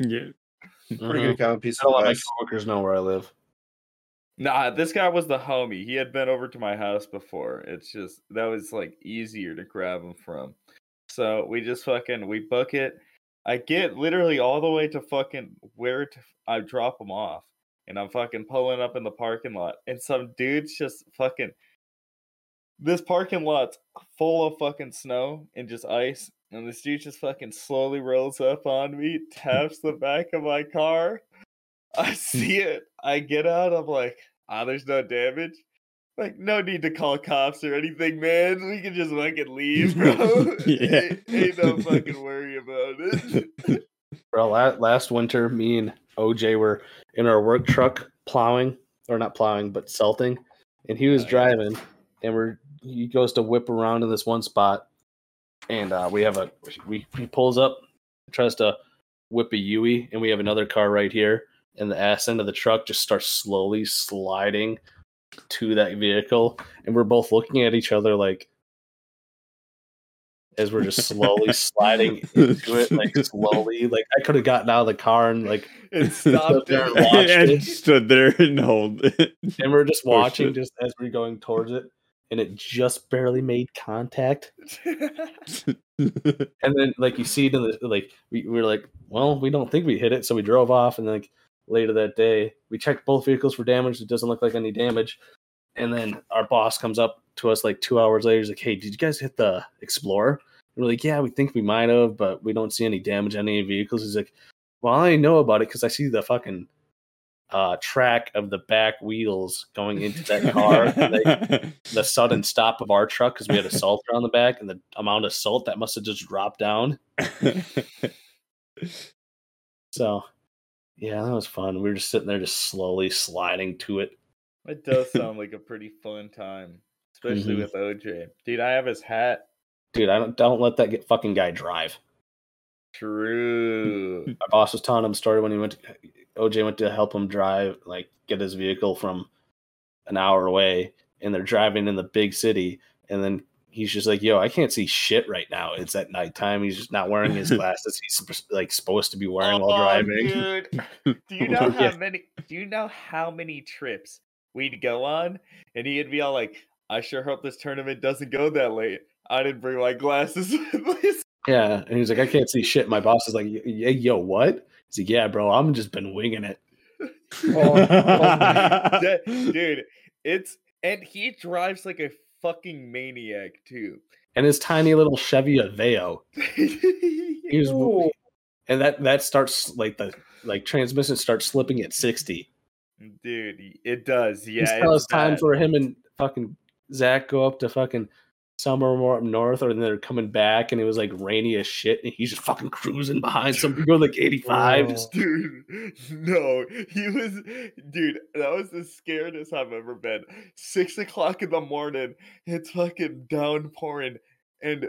Speaker 3: Yeah.
Speaker 4: Mm-hmm.
Speaker 1: Pretty good common piece
Speaker 4: I don't
Speaker 1: of
Speaker 4: let my
Speaker 1: advice.
Speaker 4: coworkers know where I live.
Speaker 2: nah this guy was the homie he had been over to my house before it's just that was like easier to grab him from so we just fucking we book it i get literally all the way to fucking where to, i drop him off and i'm fucking pulling up in the parking lot and some dude's just fucking this parking lot's full of fucking snow and just ice. And this dude just fucking slowly rolls up on me, taps the back of my car. I see it. I get out. I'm like, ah, there's no damage. Like, no need to call cops or anything, man. We can just fucking leave, bro.
Speaker 3: Yeah.
Speaker 2: ain't, ain't no fucking worry about it.
Speaker 4: Bro, last, last winter, me and OJ were in our work truck plowing, or not plowing, but salting, and he was
Speaker 2: Oh, yeah.
Speaker 4: driving, and we're he goes to whip around in this one spot, and uh, we have a we he pulls up, tries to whip a Yui, and we have another car right here, and the ass end of the truck just starts slowly sliding to that vehicle, and we're both looking at each other like. As we're just slowly sliding into it, like slowly. Like I could have gotten out of the car and like,
Speaker 2: And stopped
Speaker 4: there
Speaker 2: it.
Speaker 4: and watched
Speaker 3: and
Speaker 4: it.
Speaker 3: stood there and held it.
Speaker 4: and we're just
Speaker 3: Or
Speaker 4: watching
Speaker 3: shit.
Speaker 4: just as we're going towards it, and it just barely made contact. And then like you see it in the like we, we were like, well, we don't think we hit it, so we drove off. And like later that day, we checked both vehicles for damage. It doesn't look like any damage. And then our boss comes up to us like two hours later. He's like, hey, did you guys hit the Explorer? And we're like, yeah, we think we might have, but we don't see any damage on any vehicles. He's like, well, I know about it because I see the fucking uh, track of the back wheels going into that car. like, the sudden stop of our truck because we had a salter on the back, and the amount of salt that must have just dropped down. So, yeah, that was fun. We were just sitting there, just slowly sliding to it.
Speaker 2: It does sound like a pretty fun time, especially
Speaker 4: Mhm.
Speaker 2: with OJ. Dude, I have his hat.
Speaker 4: Dude, I don't don't let that get fucking guy drive.
Speaker 2: True.
Speaker 4: My boss was telling him a story when he went to OJ went to help him drive, like get his vehicle from an hour away, and they're driving in the big city, and then he's just like, "Yo, I can't see shit right now. It's at nighttime. He's just not wearing his glasses. He's supposed- like supposed to be wearing while
Speaker 2: Oh,
Speaker 4: driving." Oh,
Speaker 2: Dude. Do you know
Speaker 4: Yeah.
Speaker 2: how many do you know how many trips we'd go on? And he'd be all like, I sure hope this tournament doesn't go that late. I didn't bring my glasses with this.
Speaker 4: Yeah, and he's like, "I can't see shit." My boss is like, "Y- y- "Yo, what?" He's like, "Yeah, bro, I'm just been winging it."
Speaker 2: That- Dude, it's and he drives like a fucking maniac too.
Speaker 4: And his tiny little Chevy Aveo. He was,
Speaker 1: Ooh.
Speaker 4: and that that starts like the like transmission starts slipping at sixty.
Speaker 2: Dude, it does. Yeah,
Speaker 4: Yeah, it's
Speaker 2: it's
Speaker 4: time
Speaker 2: bad.
Speaker 4: for him and fucking Zach go up to fucking somewhere more up north, or then they're coming back, and it was like rainy as shit, and he's just fucking cruising behind somebody going like eighty five. Just
Speaker 2: Dude, no, he was, dude, that was the scariest I've ever been. Six o'clock in the morning, it's fucking downpouring, and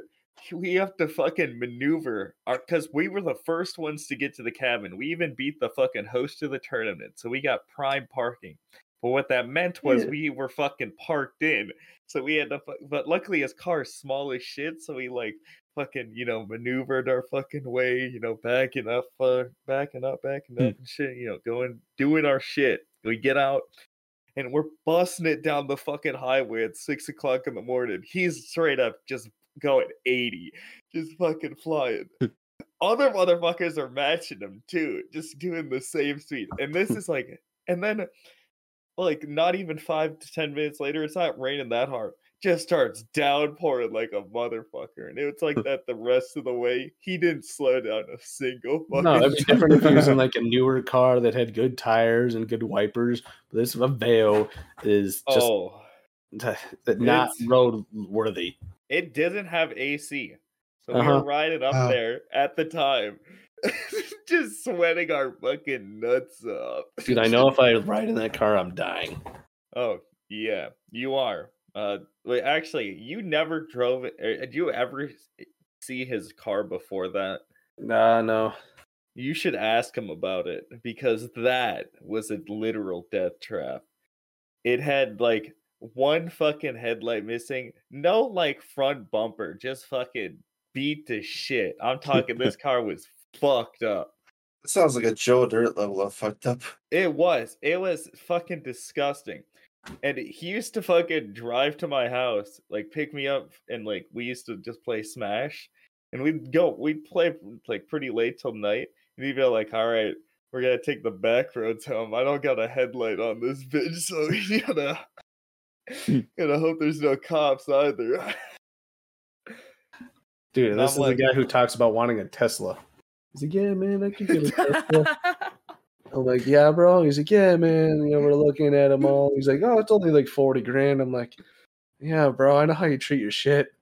Speaker 2: we have to fucking maneuver because we were the first ones to get to the cabin. We even beat the fucking host of the tournament, so we got prime parking. But what that meant was
Speaker 4: Yeah.
Speaker 2: we were fucking parked in, so we had to. fu- But luckily, his car's small as shit, so we like fucking, you know, maneuvered our fucking way, you know, backing up, uh, backing up, backing
Speaker 3: Hmm.
Speaker 2: up and shit, you know, going, doing our shit. We get out and we're busting it down the fucking highway at six o'clock in the morning. He's straight up just going 80, just fucking flying. Other motherfuckers are matching him too, just doing the same speed. And this is like, and then like not even five to 10 minutes later, it's not raining that hard just starts downpouring like a motherfucker. And it's like that the rest of the way. He didn't slow down a single fucking
Speaker 4: no, it'd be different if he was
Speaker 3: fucking-
Speaker 4: in like a newer car that had good tires and good wipers. But this Aveo is just
Speaker 2: Oh,
Speaker 4: not
Speaker 2: It's-
Speaker 4: road worthy.
Speaker 2: it didn't have AC. So we
Speaker 4: Uh-huh.
Speaker 2: were riding up
Speaker 1: Oh.
Speaker 2: there at the time. just sweating our fucking nuts up.
Speaker 4: Dude, I know if I ride in that car, I'm dying.
Speaker 2: Oh, yeah, you are. Uh, wait, actually, you never drove it. er, Did you ever s- see his car before that?
Speaker 4: Nah, no.
Speaker 2: You should ask him about it because that was a literal death trap. It had like one fucking headlight missing, no like front bumper, just fucking beat to shit. I'm talking this car was fucked up.
Speaker 1: That sounds like a Joe Dirt level of fucked up.
Speaker 2: It was. It was fucking disgusting. And he used to fucking drive to my house, like pick me up, and like we used to just play Smash, and we'd go, we'd play like pretty late till night, and he'd be like, "All right, we're gonna take the back roads home. I don't got a headlight on this bitch, so we gotta
Speaker 4: Hmm.
Speaker 2: gotta hope there's no cops either."
Speaker 4: Dude,
Speaker 2: And
Speaker 4: this
Speaker 2: I'm
Speaker 4: is
Speaker 2: like-
Speaker 4: the guy who talks about wanting a Tesla. He's like, yeah, man, I could get a Tesla. I'm like, yeah, bro. He's like, yeah, man. You know, we're looking at them all. He's like, oh, it's only like 40 grand. I'm like, yeah, bro, I know how you treat your shit.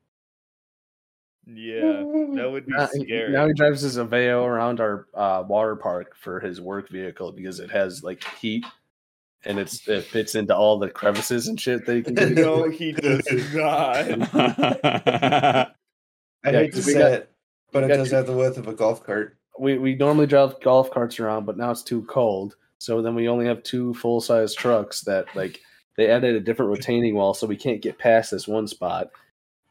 Speaker 2: yeah, that would be
Speaker 4: Now,
Speaker 2: scary.
Speaker 4: now he drives his Aveo around our uh, water park for his work vehicle because it has like heat and it's it fits into all the crevices and shit that he can get. into.
Speaker 2: no, he does not.
Speaker 1: I
Speaker 4: Yeah,
Speaker 1: hate to
Speaker 4: 'cause we
Speaker 1: say
Speaker 4: got-
Speaker 1: it, but
Speaker 4: we
Speaker 1: it
Speaker 4: got
Speaker 1: does
Speaker 4: two-
Speaker 1: have the width of a golf cart.
Speaker 4: we, we normally drive golf carts around, but now it's too cold. So then we only have two full size trucks that like they added a different retaining wall, so we can't get past this one spot.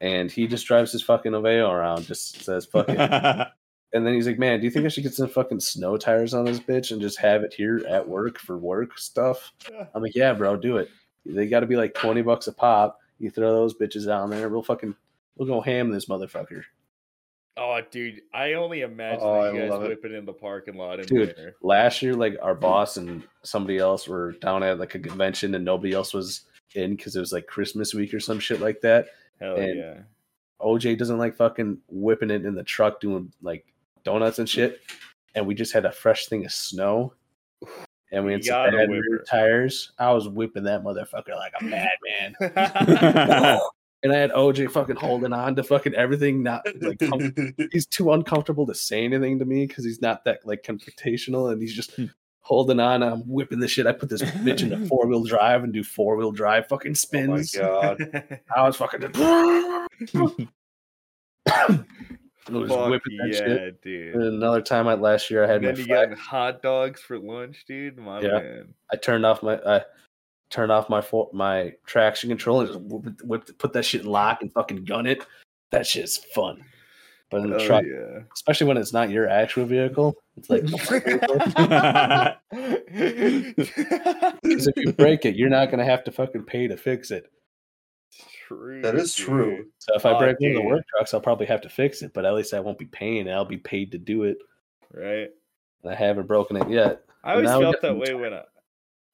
Speaker 4: And he just drives his fucking Aveo around, just says fucking. and then he's like, "Man, do you think I should get some fucking snow tires on this bitch and just have it here at work for work stuff?" I'm like, "Yeah, bro, do it. They got to be like twenty bucks a pop. You throw those bitches on there, we'll fucking we'll go ham this motherfucker."
Speaker 2: Oh, dude, I only imagine
Speaker 1: Oh,
Speaker 2: that you
Speaker 1: I
Speaker 2: guys
Speaker 1: love it.
Speaker 2: whipping in the parking lot in
Speaker 4: Dude.
Speaker 2: winter.
Speaker 4: last year like our boss and somebody else were down at like a convention and nobody else was in because it was like christmas week or some shit like that
Speaker 2: Hell
Speaker 4: And-
Speaker 2: yeah!
Speaker 4: oj doesn't like fucking whipping it in the truck doing like donuts and shit and we just had a fresh thing of snow And we
Speaker 2: You
Speaker 4: had some
Speaker 2: gotta
Speaker 4: bad
Speaker 2: whip
Speaker 4: rear
Speaker 2: her.
Speaker 4: tires. I was whipping that motherfucker like a madman.
Speaker 1: Oh,
Speaker 2: yeah,
Speaker 4: and I had OJ fucking holding on to fucking everything. Not like com-
Speaker 1: Oh
Speaker 4: he's too uncomfortable to say anything to me because he's not that like confrontational, and he's
Speaker 2: Hmm.
Speaker 4: just holding on. I'm whipping the shit. I put this bitch into four wheel drive and do four wheel drive fucking
Speaker 1: oh my
Speaker 4: spins.
Speaker 1: god.
Speaker 4: I was fucking just, I was
Speaker 2: Fuck
Speaker 4: whipping that shit.
Speaker 2: yeah
Speaker 4: And
Speaker 2: dude.
Speaker 4: another time I, last year, I had
Speaker 2: And
Speaker 4: my
Speaker 2: then you
Speaker 4: flag-
Speaker 2: got hot dogs for lunch, dude. My
Speaker 4: Yeah.
Speaker 2: man.
Speaker 4: I turned off my I turned off my for, my traction control and just whipped, whipped, put that shit in lock and fucking gun it. That shit's fun. But in the
Speaker 2: Oh,
Speaker 4: truck,
Speaker 2: yeah.
Speaker 4: especially when it's not your actual vehicle, it's like because if you break it, you're not gonna have to fucking pay to fix it.
Speaker 2: true.
Speaker 1: That is true.
Speaker 4: So if I
Speaker 2: Aw,
Speaker 4: break one of the
Speaker 2: dude.
Speaker 4: work trucks, I'll probably have to fix it, but at least I won't be paying. I'll be paid to do it,
Speaker 2: dude, Right.
Speaker 4: and I haven't broken it yet.
Speaker 2: I always
Speaker 4: now we
Speaker 2: felt
Speaker 4: got
Speaker 2: that
Speaker 4: the-
Speaker 2: way when I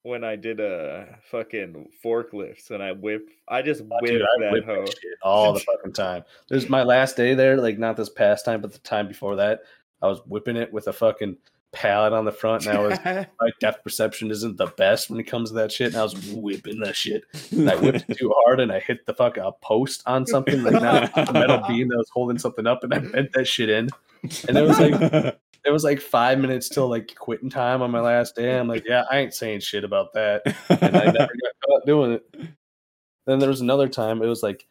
Speaker 2: when I did uh fucking forklifts and I whipped I just
Speaker 4: Oh,
Speaker 2: whipped
Speaker 4: dude, I
Speaker 2: that
Speaker 4: whip that
Speaker 2: hoe.
Speaker 4: shit all the fucking time. There's my last day there, like not this past time, but the time before that, I was whipping it with a fucking pallet on the front, and I was my depth perception isn't the best when it comes to that shit, and I was whipping that shit. And I whipped it too hard, and I hit the fuck a post on something, like not a metal beam that was holding something up, and I bent that shit in. And it was like- It was like five minutes till like quitting time on my last day. I'm like, yeah, I ain't saying shit about that and I never got caught doing it. Then there was another time it was like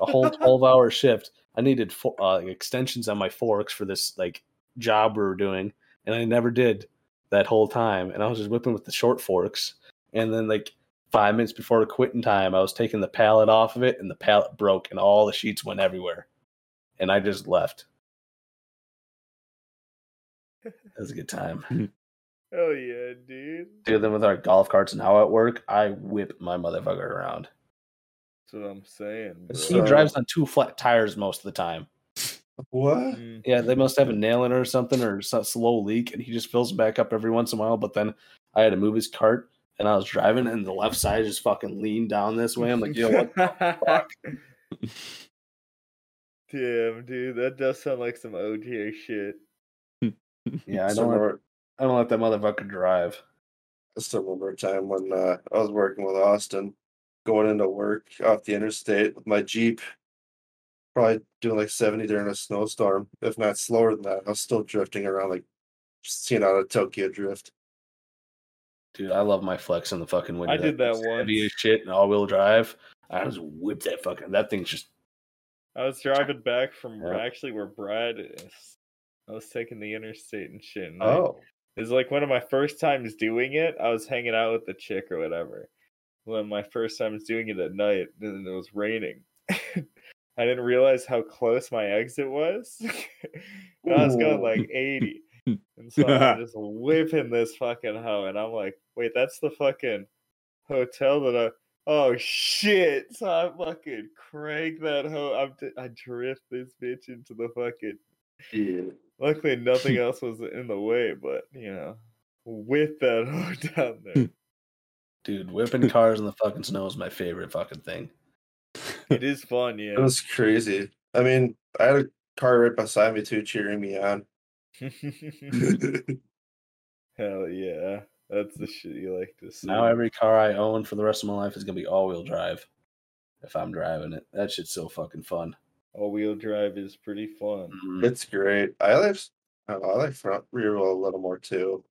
Speaker 4: a whole 12 hour shift. I needed fo- uh, extensions on my forks for this like job we were doing, and I never did that whole time. And I was just whipping with the short forks. And then like five minutes before the quitting time, I was taking the pallet off of it, and the pallet broke, and all the sheets went everywhere. And I just left. That was a good time.
Speaker 2: Oh yeah, dude.
Speaker 4: Dude, then with our golf carts now at work, I whip my motherfucker around.
Speaker 2: That's what I'm saying. Bro.
Speaker 4: He
Speaker 1: So-
Speaker 4: drives on two flat tires most of the time.
Speaker 1: What?
Speaker 2: Mm.
Speaker 4: Yeah, they must have a nail in it or something or so- slow leak, and he just fills it back up every once in a while. But then I had to move his cart, and I was driving, and the left side just fucking leaned down this way. I'm like, you know what? fuck?
Speaker 2: Damn, dude, that does sound like some OJ shit.
Speaker 4: Yeah, I
Speaker 1: So
Speaker 4: don't, let,
Speaker 1: we're-
Speaker 4: I don't let that motherfucker drive.
Speaker 1: I still remember a time when uh, I was working with Austin, going into work off the interstate with my Jeep, probably doing like 70 during a snowstorm, if not slower than that. I was still drifting around like seeing out of Tokyo Drift.
Speaker 4: Dude, I love my flex in the fucking window.
Speaker 2: I did that
Speaker 4: thing's Heavy
Speaker 2: once.
Speaker 4: as shit and all wheel drive. I just whipped that fucking. That thing's just.
Speaker 2: I was driving back from
Speaker 4: Yeah.
Speaker 2: actually where Brad is. I was taking the interstate and shit. And oh. It was like one of my first times doing it. I was hanging out with the chick or whatever. One of my first times doing it at night, and it was raining. I didn't realize how close my exit was. and I was going like 80. And so I'm just whipping this fucking hoe. And I'm like, wait, that's the fucking hotel that I. Oh shit! So I fucking crank that hoe. I'm d- I drift this bitch into the fucking
Speaker 1: yeah.
Speaker 2: Luckily, nothing else was in the way, but you know, with that hoe down there,
Speaker 4: Dude, whipping cars in the fucking snow is my favorite fucking thing.
Speaker 2: it is fun. Yeah,
Speaker 1: It was crazy. I mean, I had a car right beside me too, cheering me on.
Speaker 4: Hmm.
Speaker 2: hell yeah, that's the shit you like to see.
Speaker 4: Now every car I own for the rest of my life is gonna be all wheel drive. If I'm driving it, that shit's so fucking fun.
Speaker 2: all-wheel drive is pretty fun.
Speaker 1: it's great. I like, s- I, don't know, I like front rear wheel a little more too.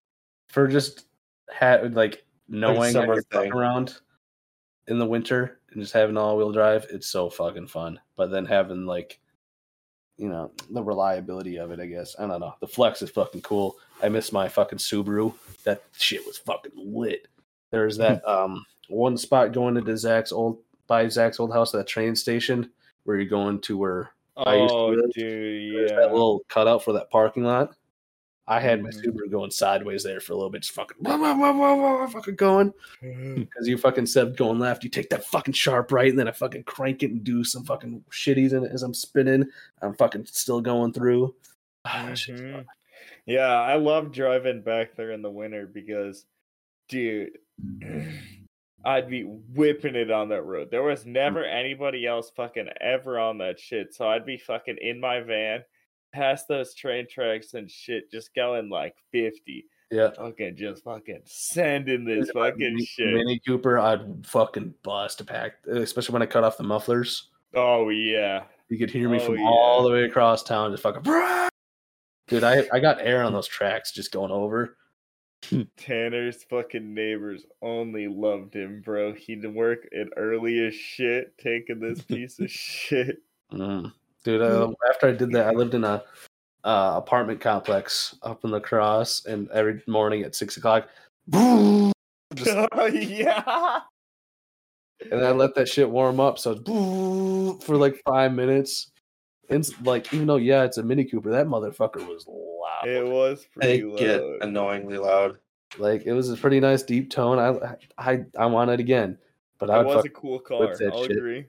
Speaker 4: For just had like knowing I
Speaker 1: summer
Speaker 4: could fuck
Speaker 1: thing.
Speaker 4: around in the winter and just having all wheel drive, it's so fucking fun. But then having like, you know, the reliability of it, I guess. I don't know. The flex is fucking cool. I miss my fucking Subaru. That shit was fucking lit. There's that um one spot going into Zach's old by Zach's old house, that train station where you're going to where I used to
Speaker 2: Oh,
Speaker 4: live-
Speaker 2: dude,
Speaker 4: There's
Speaker 2: yeah.
Speaker 4: that little cutout for that parking lot. I had my
Speaker 2: Mhm.
Speaker 4: Subaru going sideways there for a little bit, just fucking, wah, wah, wah, wah, wah, wah, fucking going.
Speaker 2: Mm-hmm.
Speaker 4: Because you fucking said going left, you take that fucking sharp right, and then I fucking crank it and do some fucking shitties in it as I'm spinning. I'm fucking still going through. Ah, that shit's
Speaker 2: Mhm.
Speaker 4: fun.
Speaker 2: Yeah, I love driving back there in the winter because, dude, I'd be whipping it on that road. There
Speaker 4: Mm.
Speaker 2: was never anybody else fucking ever on that shit. So I'd be fucking in my van, past those train tracks and shit, just going like 50.
Speaker 4: Yeah.
Speaker 2: Okay, just fucking send in this
Speaker 4: If I had
Speaker 2: fucking
Speaker 4: Mi-
Speaker 2: shit.
Speaker 4: Mini Cooper, I'd fucking bust a pack, especially when I cut off the mufflers.
Speaker 2: Oh yeah.
Speaker 4: You could hear me
Speaker 2: Oh,
Speaker 4: from
Speaker 2: yeah.
Speaker 4: all the way across town, just fucking. Dude, I, I got air on those tracks just going over.
Speaker 2: Tanner's fucking neighbors only loved him, bro. He'd work it early as shit, taking this piece of shit.
Speaker 4: Mm. Dude, uh, after I did that, I lived in a uh, apartment complex up in La Crosse, and every morning at six o'clock, just,
Speaker 2: oh yeah.
Speaker 4: and I let that shit warm up. So it's for like five minutes. And s- like, even though yeah, it's a Mini Cooper, that motherfucker was loud.
Speaker 2: It was
Speaker 1: They
Speaker 2: pretty
Speaker 1: get
Speaker 2: low.
Speaker 1: annoyingly loud.
Speaker 4: like, it was a pretty nice deep tone. I I I want it again, but
Speaker 2: It
Speaker 4: I would
Speaker 2: was
Speaker 4: fuck,
Speaker 2: a cool car.
Speaker 4: that
Speaker 2: I'll
Speaker 4: shit.
Speaker 2: agree.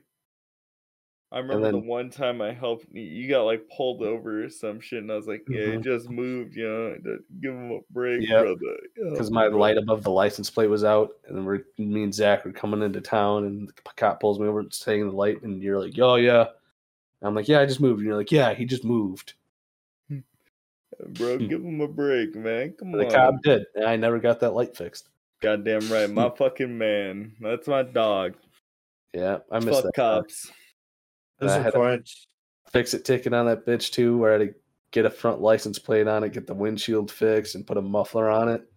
Speaker 2: I remember the
Speaker 4: then-
Speaker 2: one time I helped you- you got like pulled over or some shit, and I was like, "Yeah,
Speaker 4: Mm-hmm.
Speaker 2: it just moved, you know, d- give him a break,
Speaker 4: Yeah.
Speaker 2: brother." Yeah,
Speaker 4: because my
Speaker 2: bro.
Speaker 4: light above the license plate was out, and then we're me and Zach were coming into town, and the cop pulls me over, and saying the light, and you're like, "Oh yeah," And I'm like, "Yeah, I just moved," and you're like, "Yeah, he just moved."
Speaker 2: bro, give him a break, man. Come
Speaker 4: And Hmm. the
Speaker 2: on,
Speaker 4: cop did, and I never got that light fixed.
Speaker 2: goddamn right, my fucking man. That's my dog.
Speaker 4: Yeah, I
Speaker 2: Fuck
Speaker 4: missed that.
Speaker 2: cops.
Speaker 4: And
Speaker 1: There's
Speaker 4: I
Speaker 1: a
Speaker 4: had a-
Speaker 1: point.
Speaker 4: Fix it ticket on that bitch too, where I had to get a front license plate on it, get the windshield fixed, and put a muffler on it.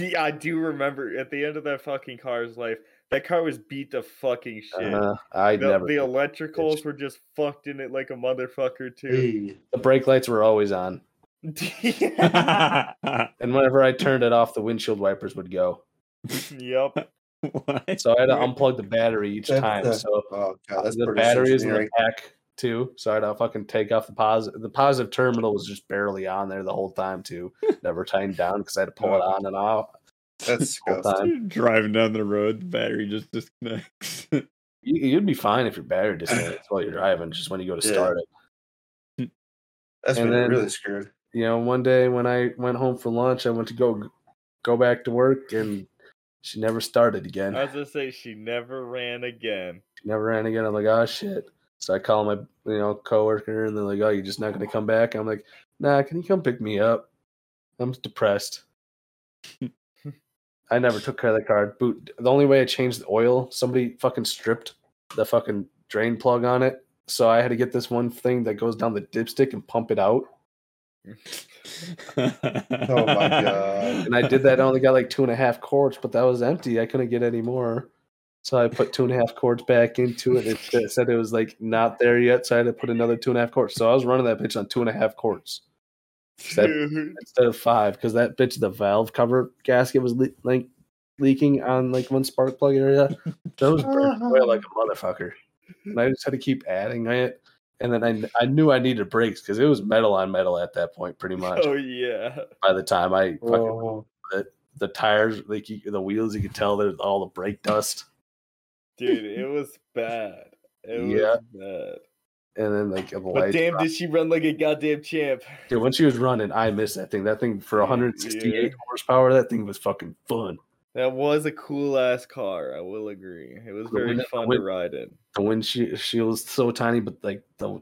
Speaker 2: yeah, I do remember at the end of that fucking car's life, that car was beat to fucking shit.
Speaker 4: Uh, I
Speaker 2: the,
Speaker 4: never.
Speaker 2: the
Speaker 4: The,
Speaker 2: electricals were just fucked in it like a motherfucker too.
Speaker 1: Hey,
Speaker 4: brake lights were always on,
Speaker 2: yep.
Speaker 4: and whenever I turned it off, the windshield wipers would go.
Speaker 3: what?
Speaker 4: So I had to unplug the battery each
Speaker 1: That's
Speaker 4: time.
Speaker 1: the-
Speaker 4: So
Speaker 1: oh god, that's
Speaker 4: the
Speaker 1: British
Speaker 4: batteries in the
Speaker 1: engineering.
Speaker 4: pack too. So I had to fucking take off the positive. The positive terminal was just barely on there the whole time too. Never timed down because I had to pull it on and off
Speaker 1: That's
Speaker 4: the whole
Speaker 1: disgusting.
Speaker 4: time.
Speaker 3: Driving down the road, the battery just disconnects.
Speaker 4: You, you'd be fine if your battery disconnects while you're driving, just when you go to
Speaker 1: Yeah.
Speaker 4: start it.
Speaker 1: That's been
Speaker 4: And then-
Speaker 1: really screwed.
Speaker 4: you know, one day when I went home for lunch, I went to go go back to work, and she never started
Speaker 2: I
Speaker 4: again.
Speaker 2: was gonna say she never ran again.
Speaker 4: She never ran again. I'm like, oh shit. So I call my you know coworker, and they're like, oh, you're just not gonna come back. I'm like, nah, can you come pick me up? I'm depressed. I never took care of the car. Boot. The only way I changed the oil, somebody fucking stripped the fucking drain plug on it. So I had to get this one thing that goes down the dipstick and pump it out.
Speaker 3: oh
Speaker 1: my God.
Speaker 4: and I did that. I only got like two and a half cords, but that was empty. I couldn't get any more. So I put two and a half cords back into it. It sa- said it was like not there yet. So I had to put another two and a half cords. So I was running that bitch on two and a half cords That-
Speaker 2: Dude,
Speaker 4: instead of five because that bitch, the valve cover gasket was le- like leaking on like one spark plug area. That was burning away like a motherfucker. And I just had to keep adding it. And then I, kn- I knew I needed brakes because it was metal on metal at that point, pretty much.
Speaker 2: oh yeah.
Speaker 4: By the time I fucking
Speaker 1: Whoa.
Speaker 4: the tires, like you, the wheels, you could tell there's all the brake dust.
Speaker 2: Dude, it was bad. It
Speaker 4: Yeah.
Speaker 2: was bad.
Speaker 4: And then like the
Speaker 2: But
Speaker 4: lights.
Speaker 2: damn, did she run like a goddamn champ?
Speaker 4: Dude, when she was running, I missed that thing. That thing for 168
Speaker 2: Yeah.
Speaker 4: horsepower, that thing was fucking fun.
Speaker 2: That was a cool ass car. I will agree. It was
Speaker 4: The
Speaker 2: very
Speaker 4: win-
Speaker 2: fun
Speaker 4: win-
Speaker 2: to ride in.
Speaker 4: The windshield she was so tiny, but like the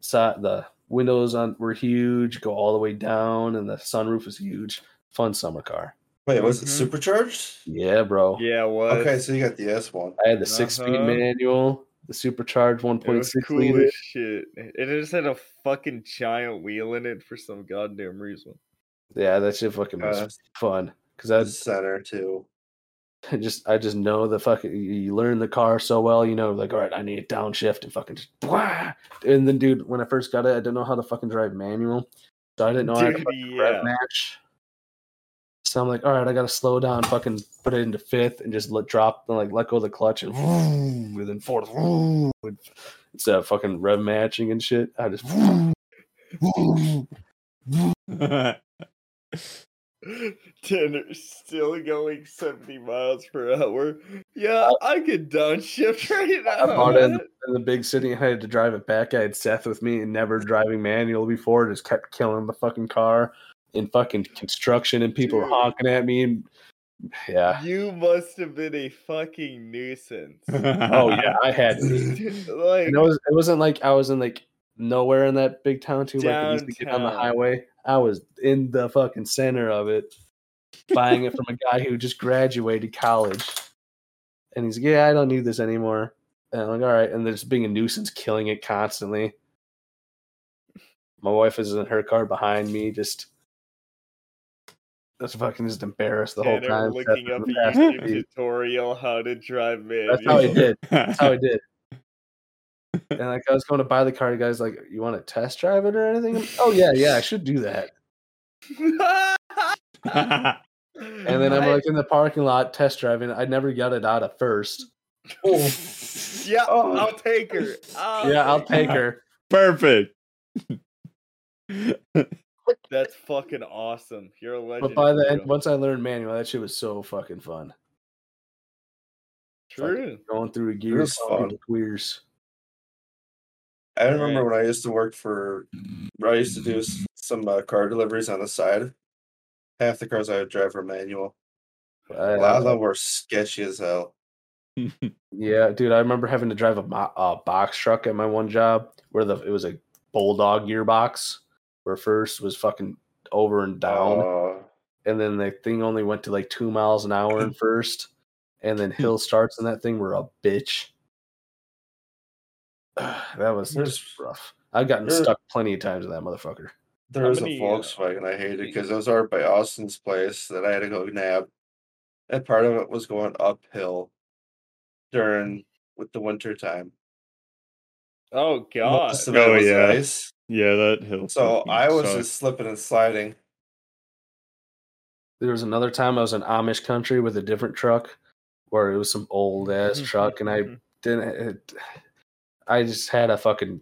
Speaker 4: side, the windows on were huge, go all the way down, and the sunroof was huge. Fun summer car.
Speaker 1: Wait, was it
Speaker 2: Mhm.
Speaker 4: Mm-hmm.
Speaker 1: supercharged?
Speaker 4: Yeah, bro.
Speaker 2: Yeah, it was.
Speaker 1: Okay, so you got the S one.
Speaker 4: I had the six speed
Speaker 2: Uh-huh.
Speaker 4: manual, the
Speaker 2: It
Speaker 4: supercharged
Speaker 2: was
Speaker 4: 1.6
Speaker 2: cool
Speaker 4: liter.
Speaker 2: as shit. It it just had a fucking giant wheel in it for some goddamn reason.
Speaker 4: Yeah, that shit fucking was
Speaker 1: Uh,
Speaker 4: fun. Cause I was
Speaker 1: center too.
Speaker 4: I just I just know the fucking you- you learn the car so well, you know, like all right, I need a downshift and fucking just blah. And then dude, when I first got it, I didn't know how to fucking drive manual. So I didn't know how to
Speaker 2: Dude,
Speaker 4: fucking
Speaker 2: yeah.
Speaker 4: rev match. So I'm like, all right, I gotta slow down, fucking put it into fifth and just let drop and like let go of the clutch and vroom, and then fourth vroom, and instead of fucking rev matching and shit. I just vroom, vroom.
Speaker 2: Tanner still going 70 miles per hour. Yeah, I could downshift right now.
Speaker 4: I bought it in,
Speaker 2: man.
Speaker 4: in the big city. I had to drive it back. I had Seth with me and never driving manual before. Just kept killing the fucking car in fucking construction and people were
Speaker 2: Dude.
Speaker 4: honking at me. And yeah.
Speaker 2: You must have been a fucking nuisance.
Speaker 4: Oh yeah, I had.
Speaker 1: Dude,
Speaker 2: like,
Speaker 4: And it was. It wasn't like I was in like nowhere in that big town too. Where I could easily get on the
Speaker 2: Downtown.
Speaker 4: highway. I was in the fucking center of it, buying it from a guy who just graduated college. And he's like, Yeah, I don't need this anymore. And I'm like, all right. And there's being a nuisance, killing it constantly. My wife is in her car behind me, just that's fucking just embarrassed the whole
Speaker 2: and I'm
Speaker 4: time.
Speaker 2: looking up a
Speaker 4: That's
Speaker 2: YouTube
Speaker 4: crazy.
Speaker 2: tutorial how to drive manual.
Speaker 4: That's how I did. That's how I did. And like I was going to buy the car, the guy's like, "You want to test drive it or anything?" I'm, oh yeah, yeah, I should do that. Oh, And then I'm like in the parking lot test driving. I never got it out of first.
Speaker 2: yeah,
Speaker 1: Oh.
Speaker 2: I'll take her. I'll
Speaker 4: Yeah, I'll take her.
Speaker 3: Perfect.
Speaker 2: That's fucking awesome. You're a legend.
Speaker 4: But by the
Speaker 2: for
Speaker 4: end,
Speaker 2: real.
Speaker 4: once I learned manual, that shit was so fucking fun.
Speaker 2: true.
Speaker 4: Going through
Speaker 1: It was
Speaker 4: gears, going
Speaker 1: fun.
Speaker 4: through queers.
Speaker 1: I remember when I used to work for, I used to do s- some uh, car deliveries on the side. Half the cars I would drive were manual. A lot of
Speaker 4: Uh,
Speaker 1: them were sketchy as hell.
Speaker 4: yeah, dude, I remember having to drive a, mo- a box truck at my one job where the it was a bulldog gearbox where first was fucking over and down.
Speaker 1: Uh,
Speaker 4: and then the thing only went to like two miles an hour in first, and then hill starts and that thing were a bitch. that was
Speaker 1: There's-
Speaker 4: just rough. I've gotten
Speaker 1: there-
Speaker 4: stuck plenty of times with that motherfucker.
Speaker 1: there
Speaker 2: How
Speaker 1: was
Speaker 2: many,
Speaker 1: a
Speaker 2: uh,
Speaker 1: Volkswagen I hated because those are by Austin's place that I had to go nab. And part of it was going uphill during with the winter time.
Speaker 2: Oh god.
Speaker 1: Most of it
Speaker 3: Oh,
Speaker 1: was
Speaker 3: yeah.
Speaker 1: ice.
Speaker 3: yeah, that hill.
Speaker 1: So
Speaker 3: fucking
Speaker 1: I was
Speaker 3: sucks.
Speaker 1: just slipping and sliding.
Speaker 4: There was another time I was in Amish country with a different truck, where it was some old ass
Speaker 1: Mm-hmm.
Speaker 4: truck, and I didn't. It, I just had a fucking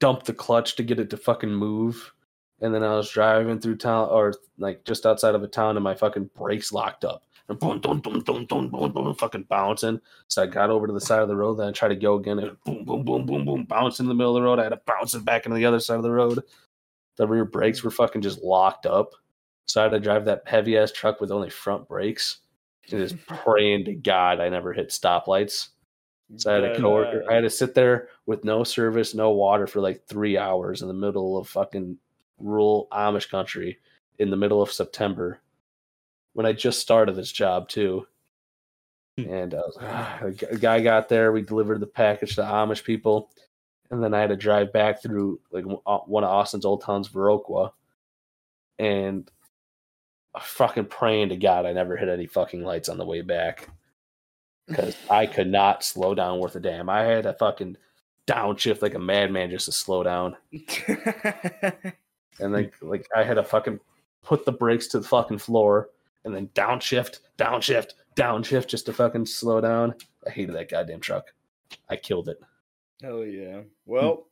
Speaker 4: dump the clutch to get it to fucking move, and then I was driving through town or like just outside of a town, and my fucking brakes locked up. And boom, boom, boom, boom, boom, boom, boom, fucking bouncing. So I got over to the side of the road, then I tried to go again, and boom, boom, boom, boom, boom, bouncing in the middle of the road. I had to bounce it back into the other side of the road. The rear brakes were fucking just locked up. So I had to drive that heavy ass truck with only front brakes. And just praying to God I never hit stoplights. So I had a
Speaker 2: That,
Speaker 4: coworker.
Speaker 2: uh,
Speaker 4: I had to sit there with no service, no water for like three hours in the middle of fucking rural Amish country in the middle of September when I just started this job too.
Speaker 3: Hmm.
Speaker 4: And I was, ah, the gu- guy got there. We delivered the package to the Amish people, and then I had to drive back through like w- uh, one of Austin's old towns, Viroqua, and I'm fucking praying to God I never hit any fucking lights on the way back because I could not slow down worth a damn. I had to fucking downshift like a madman just to slow down, and like like I had to fucking put the brakes to the fucking floor and then downshift, downshift, downshift just to fucking slow down. I hated that goddamn truck. I killed it.
Speaker 2: Hell yeah.
Speaker 1: Hmm.
Speaker 2: Well,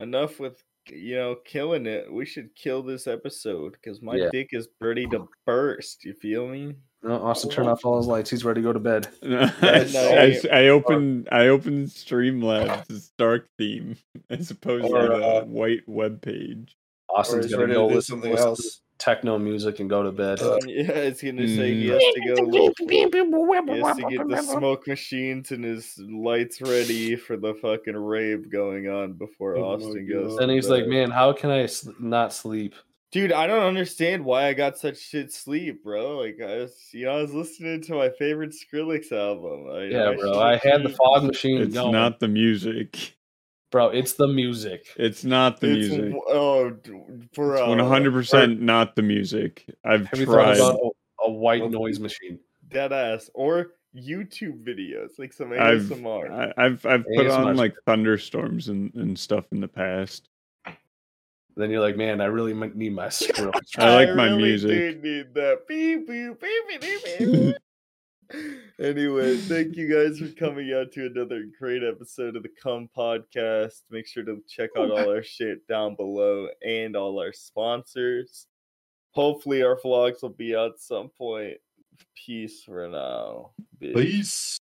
Speaker 2: enough with you know killing it. We should kill this episode because my
Speaker 4: Yeah.
Speaker 2: dick is ready to burst. You feel me?
Speaker 4: No, Austin turned off all his lights. He's ready to go to bed.
Speaker 3: I,
Speaker 2: night.
Speaker 3: I opened I opened Streamlabs it's dark theme as opposed
Speaker 1: Or,
Speaker 3: to the
Speaker 1: uh,
Speaker 3: white web page.
Speaker 1: Or
Speaker 4: Austin's
Speaker 1: is
Speaker 4: gonna
Speaker 1: ready
Speaker 4: go
Speaker 1: to do
Speaker 4: listen,
Speaker 1: something
Speaker 4: listen
Speaker 1: else.
Speaker 4: to techno music and go to bed.
Speaker 1: Uh,
Speaker 2: Yeah, it's gonna say he
Speaker 3: Mm.
Speaker 2: has to go. Look, he has to get the smoke machines and his lights ready for the fucking rave going on before
Speaker 1: Oh my
Speaker 2: Austin goes.
Speaker 1: God.
Speaker 4: and
Speaker 2: to
Speaker 4: he's like,
Speaker 2: bed.
Speaker 4: "Man, how can I sl- not sleep?"
Speaker 2: Dude, I don't understand why I got such shit sleep, bro. Like I was, you know, I was listening to my favorite Skrillex album. I,
Speaker 4: Yeah, bro.
Speaker 2: should've
Speaker 4: I had the
Speaker 2: keep-
Speaker 4: fog machine
Speaker 3: It's
Speaker 4: going,
Speaker 3: not the music.
Speaker 4: bro. It's the music.
Speaker 3: It's not the
Speaker 2: It's
Speaker 3: music.
Speaker 2: w- oh, d- bro.
Speaker 3: One hundred percent not the music. I've
Speaker 4: Have you
Speaker 3: tried.
Speaker 4: thought about a, a white
Speaker 1: Well,
Speaker 4: noise machine?
Speaker 2: Dead ass. Or YouTube videos, like some
Speaker 3: I've-
Speaker 2: ASMR.
Speaker 3: I, I've I've put
Speaker 4: ASMR 's
Speaker 3: on
Speaker 4: good.
Speaker 3: like thunderstorms and, and stuff in the past.
Speaker 4: Then you're like, "Man, I really m- need my Skrillex."
Speaker 3: I like my
Speaker 2: really
Speaker 3: music.
Speaker 2: Do need that. Beep, beep, beep, beep, beep, beep. anyway, thank you guys for coming out to another great episode of the Come Podcast. Make sure to check out all our shit down below and all our sponsors. Hopefully, our vlogs will be out some point. Peace for now. bitch.
Speaker 1: Peace.